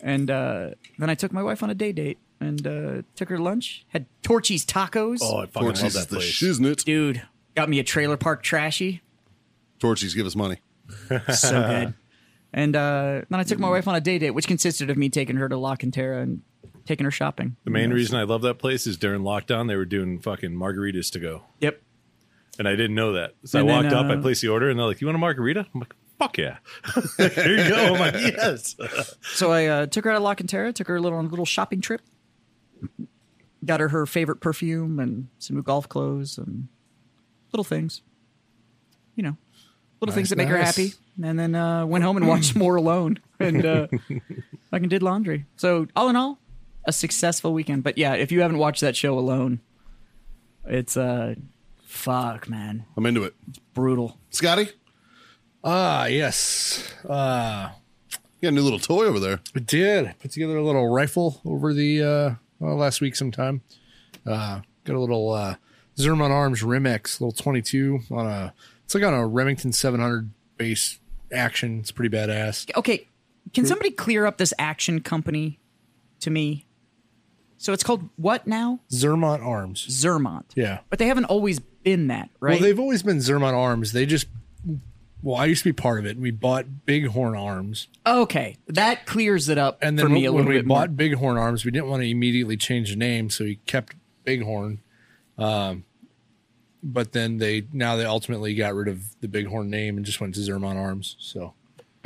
Speaker 4: and uh then i took my wife on a day date and uh took her to lunch had torchy's tacos
Speaker 6: oh I fucking love
Speaker 1: Torchies is
Speaker 6: that
Speaker 1: the
Speaker 6: place
Speaker 1: shiznit.
Speaker 4: dude got me a trailer park trashy
Speaker 1: Torchies, give us money.
Speaker 4: so good. And uh, then I took my wife on a day date, which consisted of me taking her to La Cantera and taking her shopping.
Speaker 6: the main reason I love that place is during lockdown they were doing fucking margaritas to go
Speaker 4: Yep.
Speaker 6: and I didn't know that so
Speaker 4: And
Speaker 6: I
Speaker 4: then,
Speaker 6: walked up I
Speaker 4: uh,
Speaker 6: placed the order and they're like you want a margarita I'm like fuck yeah there you go I'm like yes
Speaker 4: So I uh, took her out of La Cantera, took her little on a little shopping trip, got her her favorite perfume and some new golf clothes and little things, you know, little things that make her
Speaker 3: nice.
Speaker 4: happy. And then uh, went home and watched more alone and uh, fucking did laundry. So all in all, a successful weekend. But yeah, if you haven't watched that show alone, it's uh, fuck man,
Speaker 1: I'm into it.
Speaker 4: brutal.
Speaker 1: Scotty,
Speaker 3: Ah, yes. Uh,
Speaker 1: you got a new little toy over there.
Speaker 3: I did. I put together a little rifle over the uh, well, last week sometime. Uh, got a little uh, Zerman Arms Remex, little 22 on a. It's like on a Remington 700 base action. It's pretty badass.
Speaker 4: okay, can somebody clear up this action company to me? So it's called what now?
Speaker 3: Zermont Arms.
Speaker 4: Zermont.
Speaker 3: Yeah.
Speaker 4: But they haven't always been that, right?
Speaker 3: Well, they've always been Zermont Arms. They just. Well, I used to be part of it. We bought Bighorn Arms.
Speaker 4: okay, that clears it up
Speaker 3: And then
Speaker 4: for me a
Speaker 3: when
Speaker 4: little
Speaker 3: we
Speaker 4: bit
Speaker 3: bought
Speaker 4: more.
Speaker 3: Bighorn Arms, we didn't want to immediately change the name, so we kept Bighorn. Um, but then they now they ultimately got rid of the Bighorn name and just went to Zermon Arms. So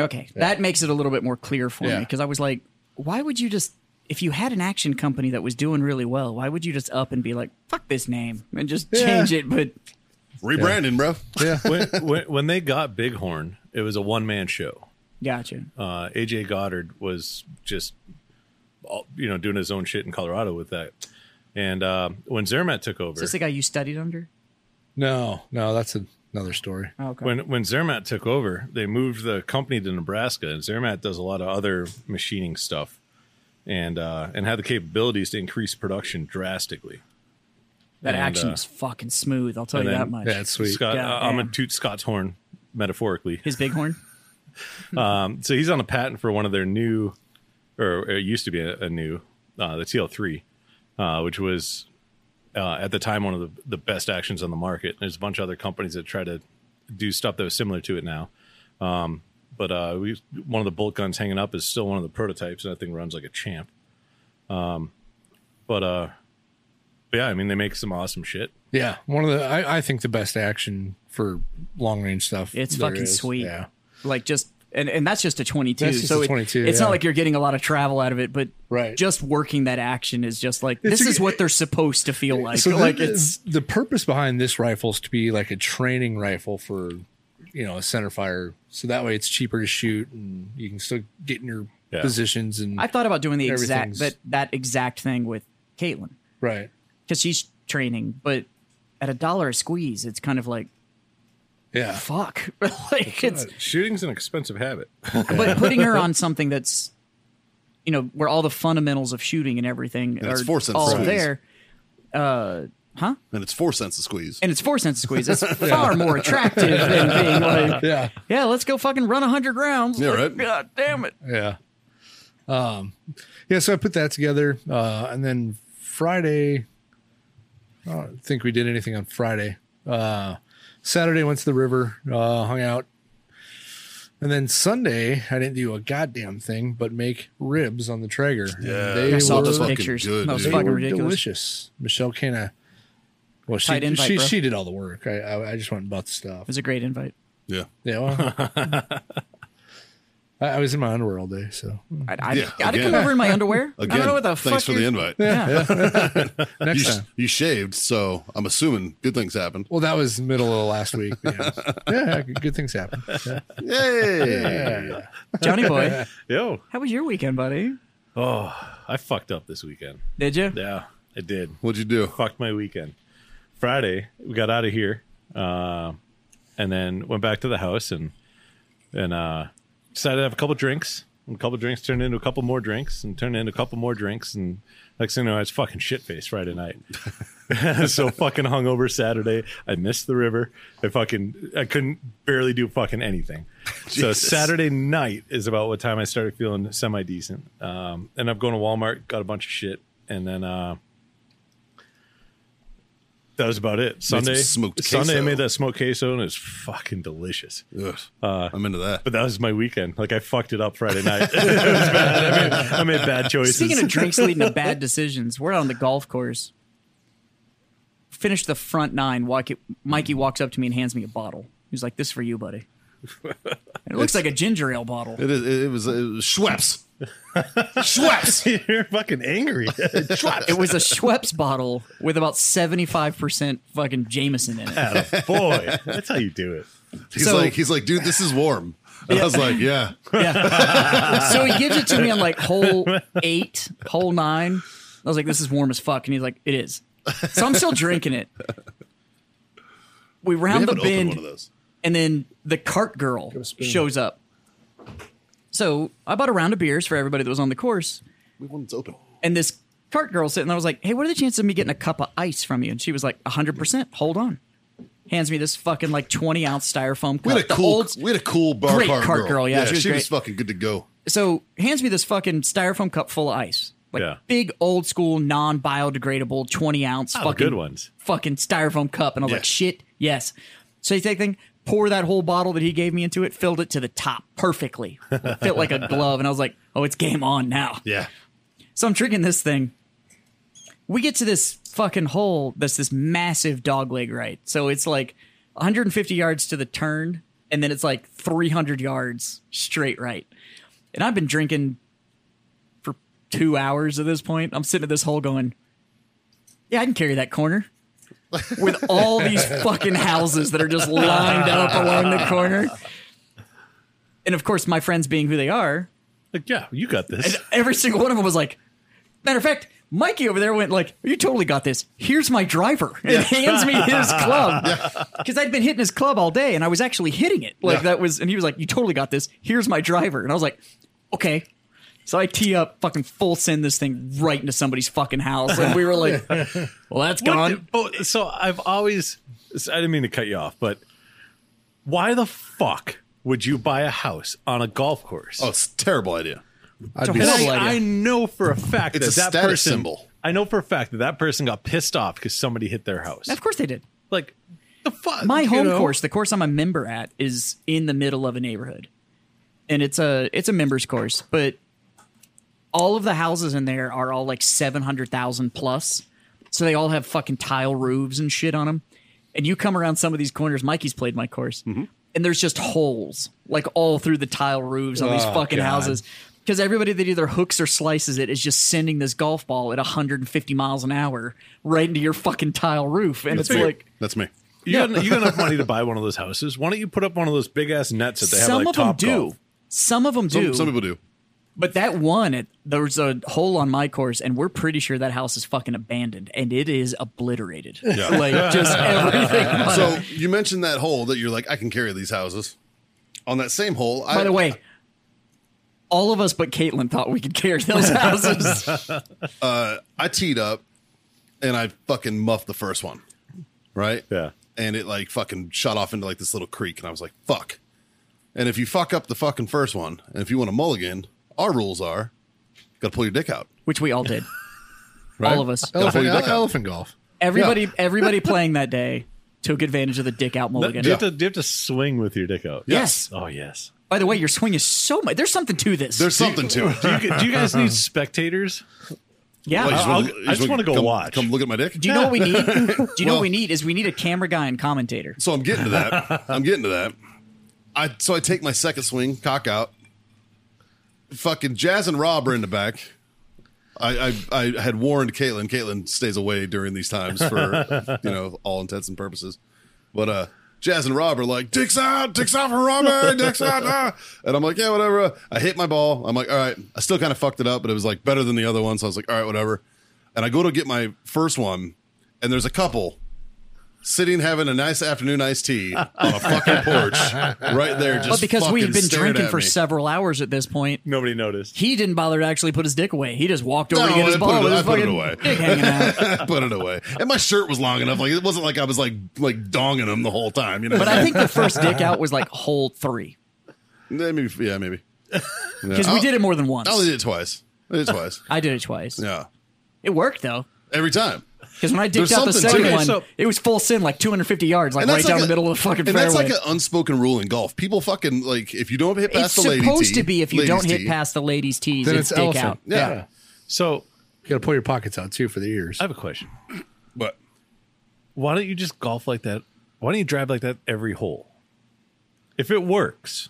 Speaker 4: Okay, that makes it a little bit more clear for me
Speaker 3: Yeah.
Speaker 4: because I was like, why would you just if you had an action company that was doing really well, why would you just up and be like, fuck this name and just change it? But
Speaker 1: Rebranding, bro.
Speaker 3: yeah,
Speaker 6: when, when when they got Bighorn it was a one man show
Speaker 4: gotcha.
Speaker 3: Oh.
Speaker 6: uh, AJ Goddard was just, all- you know, doing his own shit in Colorado with that. And uh, when Zermatt took over,
Speaker 4: Is this the guy you studied under?
Speaker 3: no, no, that's another story.
Speaker 4: Oh, okay.
Speaker 6: when when Zermatt took over, they moved the company to Nebraska, and Zermatt does a lot of other machining stuff, and uh, and had the capabilities to increase production drastically.
Speaker 4: that
Speaker 6: and,
Speaker 4: action
Speaker 6: uh,
Speaker 4: was fucking smooth. I'll tell you
Speaker 6: and
Speaker 4: that
Speaker 6: then-
Speaker 4: much.
Speaker 3: Yeah, it's sweet.
Speaker 6: Scott,
Speaker 4: Yeah,
Speaker 6: uh, I'm gonna
Speaker 4: damn.
Speaker 6: toot Scott's horn metaphorically. Um,
Speaker 4: His bighorn.
Speaker 6: So he's on a patent for one of their new, or it used to be a, a new, uh, the TL3, uh, which was uh, at the time one of the, the best actions on the market. There's a bunch of other companies that try to do stuff that was similar to it now. Um, but uh, we one of the bolt guns hanging up is still one of the prototypes, and that thing runs like a champ. Um, but uh, but yeah, I mean they make some awesome shit.
Speaker 3: Yeah, one of the I, I think the best action for long range stuff.
Speaker 4: It's
Speaker 3: there
Speaker 4: fucking
Speaker 3: is.
Speaker 4: sweet.
Speaker 3: Yeah,
Speaker 4: Like just and, and that's just a 22.
Speaker 3: That's just
Speaker 4: so
Speaker 3: a
Speaker 4: it-
Speaker 3: 22,
Speaker 4: it's
Speaker 3: yeah.
Speaker 4: not like you're getting a lot of travel out of it, but
Speaker 3: Right.
Speaker 4: just working that action is just like
Speaker 3: It's
Speaker 4: this
Speaker 3: a-
Speaker 4: is what they're supposed to feel like.
Speaker 3: so
Speaker 4: like
Speaker 3: the,
Speaker 4: it's
Speaker 3: the purpose behind this rifle is to be like a training rifle for you know a center fire so that way it's cheaper to shoot and you can still get in your
Speaker 6: Yeah.
Speaker 3: positions and
Speaker 4: I thought about doing the exact
Speaker 3: Everything's-
Speaker 4: that that exact thing with Caitlin
Speaker 3: right
Speaker 4: because she's training, but at a dollar a squeeze, it's kind of like
Speaker 3: Yeah.
Speaker 4: fuck. like it's
Speaker 7: Shooting's an expensive habit.
Speaker 4: but putting her on something that's you know where all the fundamentals of shooting and everything
Speaker 1: And
Speaker 4: are
Speaker 1: it's four cents
Speaker 4: all
Speaker 1: squeeze.
Speaker 4: there.
Speaker 1: and it's four cents a squeeze.
Speaker 4: And it's four cents a squeeze. It's far more attractive than being like,
Speaker 3: Yeah.
Speaker 4: yeah, let's go fucking run hundred rounds.
Speaker 1: Yeah,
Speaker 4: Like,
Speaker 1: right.
Speaker 4: God damn it.
Speaker 3: Yeah. Um, yeah, so I put that together. Uh, and then Friday, I don't think we did anything on Friday. Uh, Saturday, went to the river, uh, hung out. And then Sunday, I didn't do a goddamn thing but make ribs on the Traeger. Yeah, they
Speaker 4: I saw
Speaker 3: were,
Speaker 4: those
Speaker 1: fucking
Speaker 4: pictures.
Speaker 1: good,
Speaker 4: that was
Speaker 1: dude.
Speaker 3: they
Speaker 4: fucking
Speaker 3: were
Speaker 4: ridiculous.
Speaker 3: delicious. Michelle kind of, well, she,
Speaker 4: Tight invite,
Speaker 3: she,
Speaker 4: bro.
Speaker 3: she did all the work. I, I, I just went and bought the stuff.
Speaker 4: It was a great invite.
Speaker 1: Yeah.
Speaker 3: Yeah, well, I, I was in my underwear all day, so
Speaker 4: I'd, I'd,
Speaker 1: Yeah,
Speaker 4: I'd
Speaker 1: again.
Speaker 4: come over in my underwear.
Speaker 1: Again,
Speaker 4: I don't know what the
Speaker 1: thanks
Speaker 4: fuck
Speaker 1: for the
Speaker 4: you're-
Speaker 1: invite.
Speaker 4: Yeah.
Speaker 1: You,
Speaker 3: next
Speaker 1: sh-
Speaker 3: time.
Speaker 1: you shaved, so I'm assuming good things happened.
Speaker 3: Well, that was middle of last week. Yeah, yeah good- good things happen. Yeah.
Speaker 1: Yay!
Speaker 3: Yeah.
Speaker 4: Johnny boy,
Speaker 6: Yo,
Speaker 4: how was your weekend, buddy?
Speaker 6: I fucked up this weekend.
Speaker 4: Did you?
Speaker 6: Yeah, I did.
Speaker 1: What'd you do?
Speaker 6: Fucked my weekend. Friday, we got out of here, uh, and then went back to the house and and uh, decided to have a couple drinks. And a couple drinks turned into a couple more drinks, and turned into a couple more drinks, and next thing you know, I was fucking shit faced Friday night. so fucking hungover Saturday. I missed the river. I fucking I couldn't barely do fucking anything. So
Speaker 1: Jesus.
Speaker 6: Saturday night is about what time I started feeling semi decent. Um, ended up going to Walmart, got a bunch of shit, and then uh, that was about it.
Speaker 1: some
Speaker 6: Sunday,
Speaker 1: smoked
Speaker 6: Sunday I
Speaker 1: queso.
Speaker 6: made that smoked queso, and it was fucking delicious.
Speaker 1: Ugh,
Speaker 3: Uh,
Speaker 1: I'm into that.
Speaker 6: But that was my weekend. Like I fucked it up Friday night. it was bad. I made, I made bad choices.
Speaker 4: Speaking of drinks leading to bad decisions, we're on the golf course. Finished the front nine. Walkie- Mikey walks up to me and hands me a bottle. He's like, "This for you, buddy." And it looks like a ginger ale bottle.
Speaker 1: It, is, it, was, it was Schweppes. Schweppes!
Speaker 6: you're fucking angry.
Speaker 4: It was a Schweppes bottle with about seventy-five percent fucking Jameson in it.
Speaker 6: Boy, that's how you do it.
Speaker 1: He's
Speaker 4: So-
Speaker 1: like, he's like, dude, this is warm. And I was like, yeah.
Speaker 4: Yeah. so he gives it to me on like hole eight, hole nine. I was like, this is warm as fuck. And he's like, it is. So I'm still drinking it. We
Speaker 1: We
Speaker 4: round
Speaker 1: haven't
Speaker 4: the
Speaker 1: opened
Speaker 4: bend.
Speaker 1: one of those.
Speaker 4: and then the cart girl shows up. So I bought a round of beers for everybody that was on the course,
Speaker 1: We want it open.
Speaker 4: and this cart girl sitting there was like, "Hey, what are the chances of me getting a cup of ice from you?" And she was like, "100 percent. Hold on." Hands me this fucking like 20 ounce styrofoam
Speaker 1: We
Speaker 4: cup.
Speaker 1: had a
Speaker 4: the
Speaker 1: cool,
Speaker 4: old-
Speaker 1: we had a cool bar
Speaker 4: great
Speaker 1: cart,
Speaker 4: cart
Speaker 1: girl.
Speaker 4: girl, yeah, she was
Speaker 1: she was
Speaker 4: great.
Speaker 1: fucking good to go.
Speaker 4: so hands me this fucking styrofoam cup full of ice, like
Speaker 6: Yeah.
Speaker 4: big old school non biodegradable 20 ounce
Speaker 6: Oh,
Speaker 4: fucking
Speaker 6: good ones.
Speaker 4: fucking styrofoam cup. And I was
Speaker 1: Yeah.
Speaker 4: like, shit, yes. So you take the thing, pour that whole bottle that he gave me into it, filled it to the top perfectly. It fit like a glove. And I was like, oh, it's game on now.
Speaker 1: Yeah.
Speaker 4: So I'm drinking this thing. We get to this fucking hole that's this massive dogleg right. So it's like 150 yards to the turn, and then it's like 300 yards straight right. And I've been drinking for two hours at this point. I'm sitting at this hole going, yeah, I can carry that corner. With all these fucking houses that are just lined up along the corner. And of course, my friends being who they are,
Speaker 6: Like, yeah, you got this.
Speaker 4: every single one of them was like, matter of fact, Mikey over there went like, "You totally got this. Here's my driver." And hands me his club because I'd been hitting his club all day, and I was actually hitting it like
Speaker 1: Yeah.
Speaker 4: that was. And he was like, "You totally got this. Here's my driver." And I was like, "Okay." So I tee up, fucking full send this thing right into somebody's fucking house, and we were like, "Well, that's
Speaker 6: What
Speaker 4: gone."
Speaker 6: the- but- so I've always, I didn't mean to cut you off, but why the fuck would you buy a house on a golf course?
Speaker 1: Oh, it's a terrible idea.
Speaker 3: I'd be,
Speaker 6: And
Speaker 4: horrible
Speaker 6: I,
Speaker 4: idea.
Speaker 6: I know for a fact
Speaker 1: It's
Speaker 6: that
Speaker 1: a
Speaker 6: that
Speaker 1: status
Speaker 6: person,
Speaker 1: symbol.
Speaker 6: I know for a fact that that person got pissed off because somebody hit their house.
Speaker 4: of course they did.
Speaker 6: Like the fuck.
Speaker 4: my
Speaker 6: you
Speaker 4: home
Speaker 6: know?
Speaker 4: course, the course I'm a member at, is in the middle of a neighborhood, and it's a it's a members course. But all of the houses in there are all like seven hundred thousand plus, so they all have fucking tile roofs and shit on them. And you come around some of these corners. Mikey's played my course,
Speaker 6: Mm-hmm.
Speaker 4: and there's just holes like all through the tile roofs on
Speaker 6: Oh,
Speaker 4: these fucking houses. Because everybody that either hooks or slices it is just sending this golf ball at 150 miles an hour right into your fucking tile roof, and it's
Speaker 1: me.
Speaker 4: like
Speaker 1: That's me.
Speaker 6: You, got, you got enough money to buy one of those houses. Why don't you put up one of those big ass nets that they have
Speaker 4: some
Speaker 6: like
Speaker 4: of them
Speaker 6: Top
Speaker 4: do.
Speaker 6: Golf?
Speaker 4: Some of them do.
Speaker 1: Some, some people do.
Speaker 4: But that one, it, there was a hole on my course, and we're pretty sure that house is fucking abandoned, and it is obliterated. like just everything. on
Speaker 1: So
Speaker 4: it.
Speaker 1: you mentioned that hole that you're like, I can carry these houses. On that same hole,
Speaker 4: by
Speaker 1: I,
Speaker 4: the way, all of us but Caitlin thought we could carry those houses.
Speaker 1: I teed up and I fucking muffed the first one, right?
Speaker 6: Yeah.
Speaker 1: And it like fucking shot off into like this little creek, and I was like, fuck. And if you fuck up the fucking first one, and if you want a mulligan, our rules are, gotta pull your dick out.
Speaker 4: which we all did.
Speaker 1: Right?
Speaker 4: All of us.
Speaker 1: Gotta pull
Speaker 3: Elephant,
Speaker 1: your dick out.
Speaker 3: elephant golf.
Speaker 4: Everybody, everybody playing that day took advantage of the dick out
Speaker 6: Do
Speaker 4: mulligan.
Speaker 6: you, have to, do you have to swing with your dick out?
Speaker 4: Yes.
Speaker 6: Oh, yes.
Speaker 4: By the way, your swing is so much. There's something to this.
Speaker 1: There's something to it.
Speaker 6: Do you, do you guys need spectators?
Speaker 4: yeah.
Speaker 1: Like, you
Speaker 6: I'll-
Speaker 1: wanna-
Speaker 6: I
Speaker 1: you
Speaker 6: just wanna go
Speaker 1: come-
Speaker 6: watch.
Speaker 1: Come look at my dick.
Speaker 4: do you know what we need? Do you know
Speaker 1: Well-
Speaker 4: what we need? Is we need a camera guy and commentator.
Speaker 1: So I'm getting to that. I'm getting to that. I so I take my second swing, cock out. Fucking Jazz and Rob are in the back. I I, I had warned Caitlin. Caitlin stays away during these times for you know all intents and purposes. But uh Jazz and Rob are like, dicks out, dicks out for Robert, dicks out. ah." And I'm like, yeah, whatever. I hit my ball. I'm like, all right. I still kind of fucked it up, but it was like better than the other one. So I was like, all right, whatever. And I go to get my first one, and there's a couple sitting having a nice afternoon iced tea on a fucking porch right there. Just
Speaker 4: But because we had
Speaker 1: fucking
Speaker 4: been
Speaker 1: staring
Speaker 4: drinking
Speaker 1: at
Speaker 4: for
Speaker 1: me.
Speaker 4: several hours at this point,
Speaker 6: Nobody noticed.
Speaker 4: he didn't bother to actually put his dick away. He just walked over
Speaker 1: No,
Speaker 4: to get his
Speaker 1: I
Speaker 4: ball
Speaker 1: put it-
Speaker 4: with his
Speaker 1: I put it
Speaker 4: fucking
Speaker 1: away.
Speaker 4: dick hanging out.
Speaker 1: put it away. And my shirt was long enough. Like it wasn't like I was like like donging them the whole time. You know.
Speaker 4: But I think the first dick out was like hole three
Speaker 1: yeah, maybe yeah maybe.
Speaker 4: because
Speaker 1: Oh.
Speaker 4: we did it more than once.
Speaker 1: I only did it twice. I did it twice.
Speaker 4: I did it twice.
Speaker 1: Yeah,
Speaker 4: It worked though.
Speaker 1: every time.
Speaker 4: Because when I
Speaker 1: There's
Speaker 4: dicked out the
Speaker 1: something to it.
Speaker 4: second one,
Speaker 6: So-
Speaker 4: it was full sin, like 250 yards, like
Speaker 1: And
Speaker 4: right
Speaker 1: that's
Speaker 4: down
Speaker 1: like
Speaker 4: the
Speaker 1: a-
Speaker 4: middle of the fucking
Speaker 1: And
Speaker 4: fairway.
Speaker 1: that's like an unspoken rule in golf. People fucking like if you don't hit past
Speaker 4: it's
Speaker 1: the lady
Speaker 4: supposed
Speaker 1: tee,
Speaker 4: to be if you
Speaker 1: ladies
Speaker 4: don't hit
Speaker 1: tee,
Speaker 4: past the ladies' tees,
Speaker 3: Then
Speaker 4: it's,
Speaker 3: it's
Speaker 4: dick
Speaker 3: elephant.
Speaker 4: out.
Speaker 1: Yeah.
Speaker 6: So
Speaker 3: You got to pull your pockets out too for the ears.
Speaker 6: I have a question.
Speaker 1: But
Speaker 6: Why don't you just golf like that? Why don't you drive like that every hole? If it works.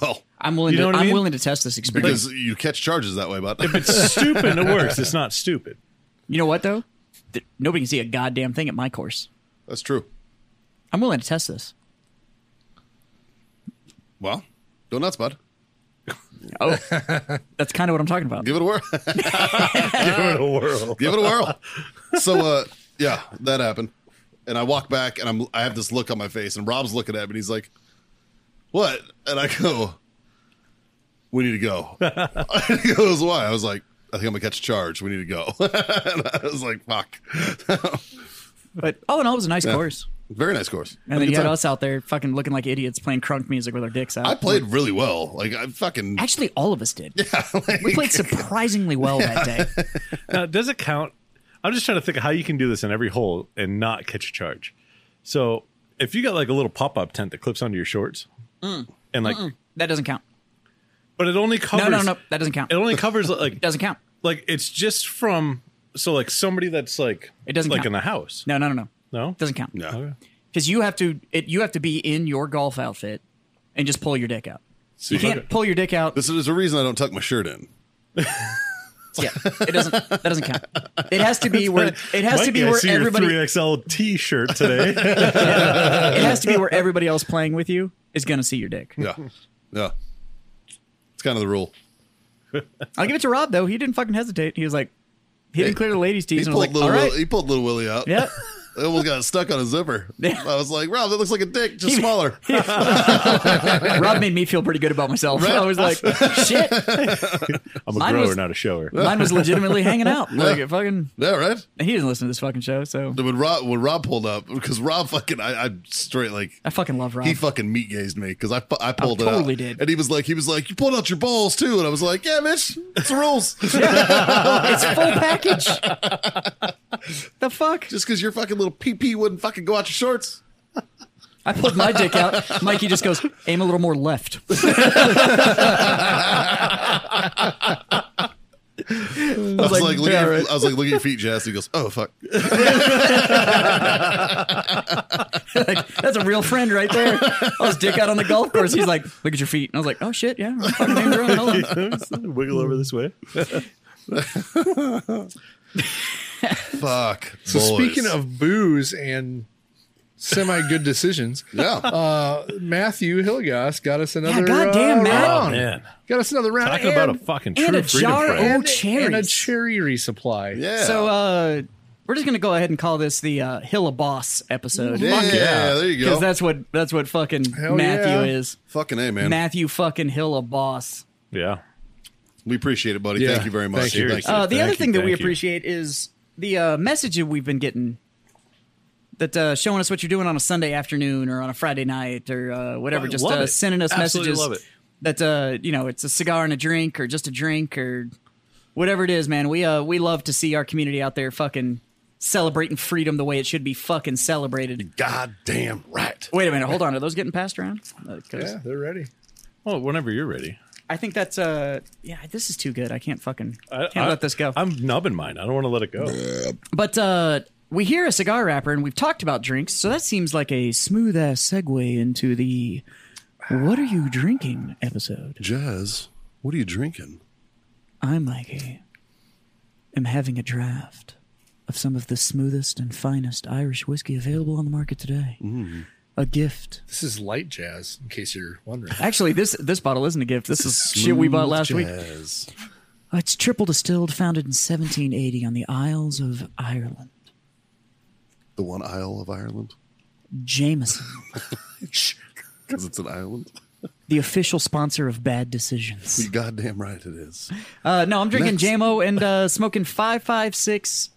Speaker 1: well,
Speaker 4: I'm willing.
Speaker 6: You know
Speaker 4: to,
Speaker 6: what I
Speaker 4: I am
Speaker 6: mean?
Speaker 4: willing to test this experiment.
Speaker 1: because you catch charges that way, but
Speaker 6: It's stupid. It works. It's not stupid.
Speaker 4: you know what though? Th- nobody can see a goddamn thing at my course.
Speaker 1: that's true.
Speaker 4: I'm willing to test this.
Speaker 1: Well, go nuts, bud.
Speaker 4: Oh, that's kind of what I'm talking about.
Speaker 1: Give it a whirl.
Speaker 6: Give it a whirl.
Speaker 1: Give it a whirl. so uh yeah, that happened. And I walk back and I'm I have this look on my face and Rob's looking at me and he's like, What? And I go, We need to go. and he goes, Why? I was like, I think I'm gonna catch a charge. We need to go. and I was like, fuck.
Speaker 4: But oh no, it was a nice course.
Speaker 1: Very nice course.
Speaker 4: And then you had us out there fucking looking like idiots playing crunk music with our dicks out.
Speaker 1: I played really well. Like I fucking
Speaker 4: Actually, all of us did. we played surprisingly well that day.
Speaker 6: Now, Uh, does it count? I'm just trying to think of how you can do this in every hole and not catch a charge. So if you got like a little pop up tent that clips onto your shorts and like,
Speaker 4: That doesn't count.
Speaker 6: but it only
Speaker 4: Mm. No,
Speaker 6: covers,
Speaker 4: no, no, that doesn't count.
Speaker 6: it only covers like,
Speaker 4: doesn't count.
Speaker 6: like it's just from, so like somebody that's like,
Speaker 4: It doesn't
Speaker 6: like
Speaker 4: count.
Speaker 6: in a house.
Speaker 4: No, no, no, no.
Speaker 6: No.
Speaker 4: Doesn't count.
Speaker 1: no.
Speaker 4: because you have to it, you have to be in your golf outfit and just pull your dick out.
Speaker 1: See,
Speaker 4: You can't pull your dick out.
Speaker 1: this is a reason I don't tuck my shirt in.
Speaker 4: Yeah, it doesn't. That doesn't count. It has to be where it has to
Speaker 6: Mikey,
Speaker 4: be
Speaker 6: I
Speaker 4: where
Speaker 6: see
Speaker 4: everybody.
Speaker 6: your 3XL t shirt today.
Speaker 4: It has to be where everybody else playing with you is going to see your dick.
Speaker 1: Yeah. Yeah. It's kind of the rule.
Speaker 4: I'll give it to Rob though. He didn't fucking hesitate. He was like, he didn't clear the ladies'
Speaker 1: He
Speaker 4: tees, and I
Speaker 1: pulled, E.
Speaker 4: was like,
Speaker 1: little
Speaker 4: all right,
Speaker 1: Willie, he pulled little Willie out.
Speaker 4: yeah.
Speaker 1: It almost got stuck on a zipper.
Speaker 4: Yeah.
Speaker 1: I was like, Rob, that looks like a dick, just smaller.
Speaker 4: Rob made me feel pretty good about myself. I was like, shit,
Speaker 6: I'm a
Speaker 4: Mine
Speaker 6: grower,
Speaker 4: was-
Speaker 6: not a shower.
Speaker 4: mine was legitimately hanging out. Like it fucking.
Speaker 1: yeah, right.
Speaker 4: He doesn't listen to this fucking show, so
Speaker 1: When Rob when Rob pulled up, because Rob fucking, I, I straight like
Speaker 4: I fucking love Rob. Oh,
Speaker 1: he fucking meat gazed me because I pu- I pulled it
Speaker 4: totally
Speaker 1: out.
Speaker 4: did.
Speaker 1: and he was like he was like you pulled out your balls too, and I was like yeah, bitch, it's the rules.
Speaker 4: it's full package. the fuck.
Speaker 1: just because your fucking little pee pee wouldn't fucking go out your shorts.
Speaker 4: I pulled my dick out. Mikey just goes, aim a little more left.
Speaker 1: I was, like,
Speaker 4: like,
Speaker 1: looking
Speaker 4: yeah,
Speaker 1: at,
Speaker 4: right.
Speaker 1: I was like look at your feet, Jess. He goes, oh fuck,
Speaker 4: Like, that's a real friend right there. I was dick out on the golf course. He's like, look at your feet. And I was like, oh shit, yeah. I'm fucking aim around. Hold on.
Speaker 6: Wiggle over this way.
Speaker 1: fuck.
Speaker 3: so
Speaker 1: boys.
Speaker 3: speaking of booze and semi good decisions.
Speaker 1: Yeah.
Speaker 3: Uh, Matthew Hilgas got us another
Speaker 4: goddamn,
Speaker 3: uh,
Speaker 4: Matt.
Speaker 3: round.
Speaker 6: Oh, man.
Speaker 3: Got us another round.
Speaker 6: Talking about a fucking true
Speaker 4: and a
Speaker 6: freedom
Speaker 4: jar
Speaker 6: friend.
Speaker 4: of-
Speaker 3: and,
Speaker 4: cherries.
Speaker 3: and a cherry resupply.
Speaker 1: yeah.
Speaker 4: So uh, we're just gonna go ahead and call this the uh, Hill of Boss episode.
Speaker 1: yeah, there you go.
Speaker 4: Because that's what that's what fucking
Speaker 3: Hell
Speaker 4: Matthew
Speaker 3: yeah.
Speaker 4: is.
Speaker 1: Fucking A, man.
Speaker 4: Matthew fucking Hill of Boss.
Speaker 6: Yeah.
Speaker 1: we appreciate it, buddy.
Speaker 3: Yeah.
Speaker 1: Thank you very much.
Speaker 3: Thank you.
Speaker 1: Thank you.
Speaker 4: Uh, the
Speaker 6: Thank
Speaker 4: other
Speaker 6: you,
Speaker 4: thing that we
Speaker 6: thank you.
Speaker 4: appreciate is the uh, message that we've been getting that uh, showing us what you're doing on a Sunday afternoon or on a Friday night or uh, whatever,
Speaker 6: I
Speaker 4: just
Speaker 6: love
Speaker 4: uh,
Speaker 6: it.
Speaker 4: sending us
Speaker 6: Absolutely
Speaker 4: messages
Speaker 6: love it.
Speaker 4: that uh, you know it's a cigar and a drink or just a drink or whatever it is, man. We uh, we love to see our community out there fucking celebrating freedom the way it should be fucking celebrated.
Speaker 1: God damn right.
Speaker 4: Wait a minute, hold on. Are those getting passed around? Uh, 'cause
Speaker 3: Yeah, they're ready.
Speaker 6: Well, whenever you're ready.
Speaker 4: I think that's uh yeah, this is too good. I can't fucking
Speaker 6: I,
Speaker 4: can't
Speaker 6: I-
Speaker 4: let this go.
Speaker 6: I'm nubbing mine. I don't want to let it go.
Speaker 4: But uh, we hear a cigar wrapper and we've talked about drinks, so that seems like a smooth ass segue into the What Are You Drinking episode.
Speaker 1: Jazz, what are you drinking?
Speaker 4: I, Mikey, am having a draft of some of the smoothest and finest Irish whiskey available on the market today.
Speaker 1: Mm.
Speaker 4: A gift.
Speaker 3: This is light jazz, in case you're wondering.
Speaker 4: Actually, this this bottle isn't a gift. This is shit we bought last week.
Speaker 1: Jazz.
Speaker 4: Uh, It's triple distilled, founded in 1780 on the Isles of Ireland.
Speaker 1: The one Isle of Ireland.
Speaker 4: Jameson,
Speaker 1: Because it's an island.
Speaker 4: the official sponsor of Bad Decisions.
Speaker 1: You goddamn right it is.
Speaker 4: Uh, no, I'm drinking
Speaker 1: Next.
Speaker 4: JMO and uh, smoking five five six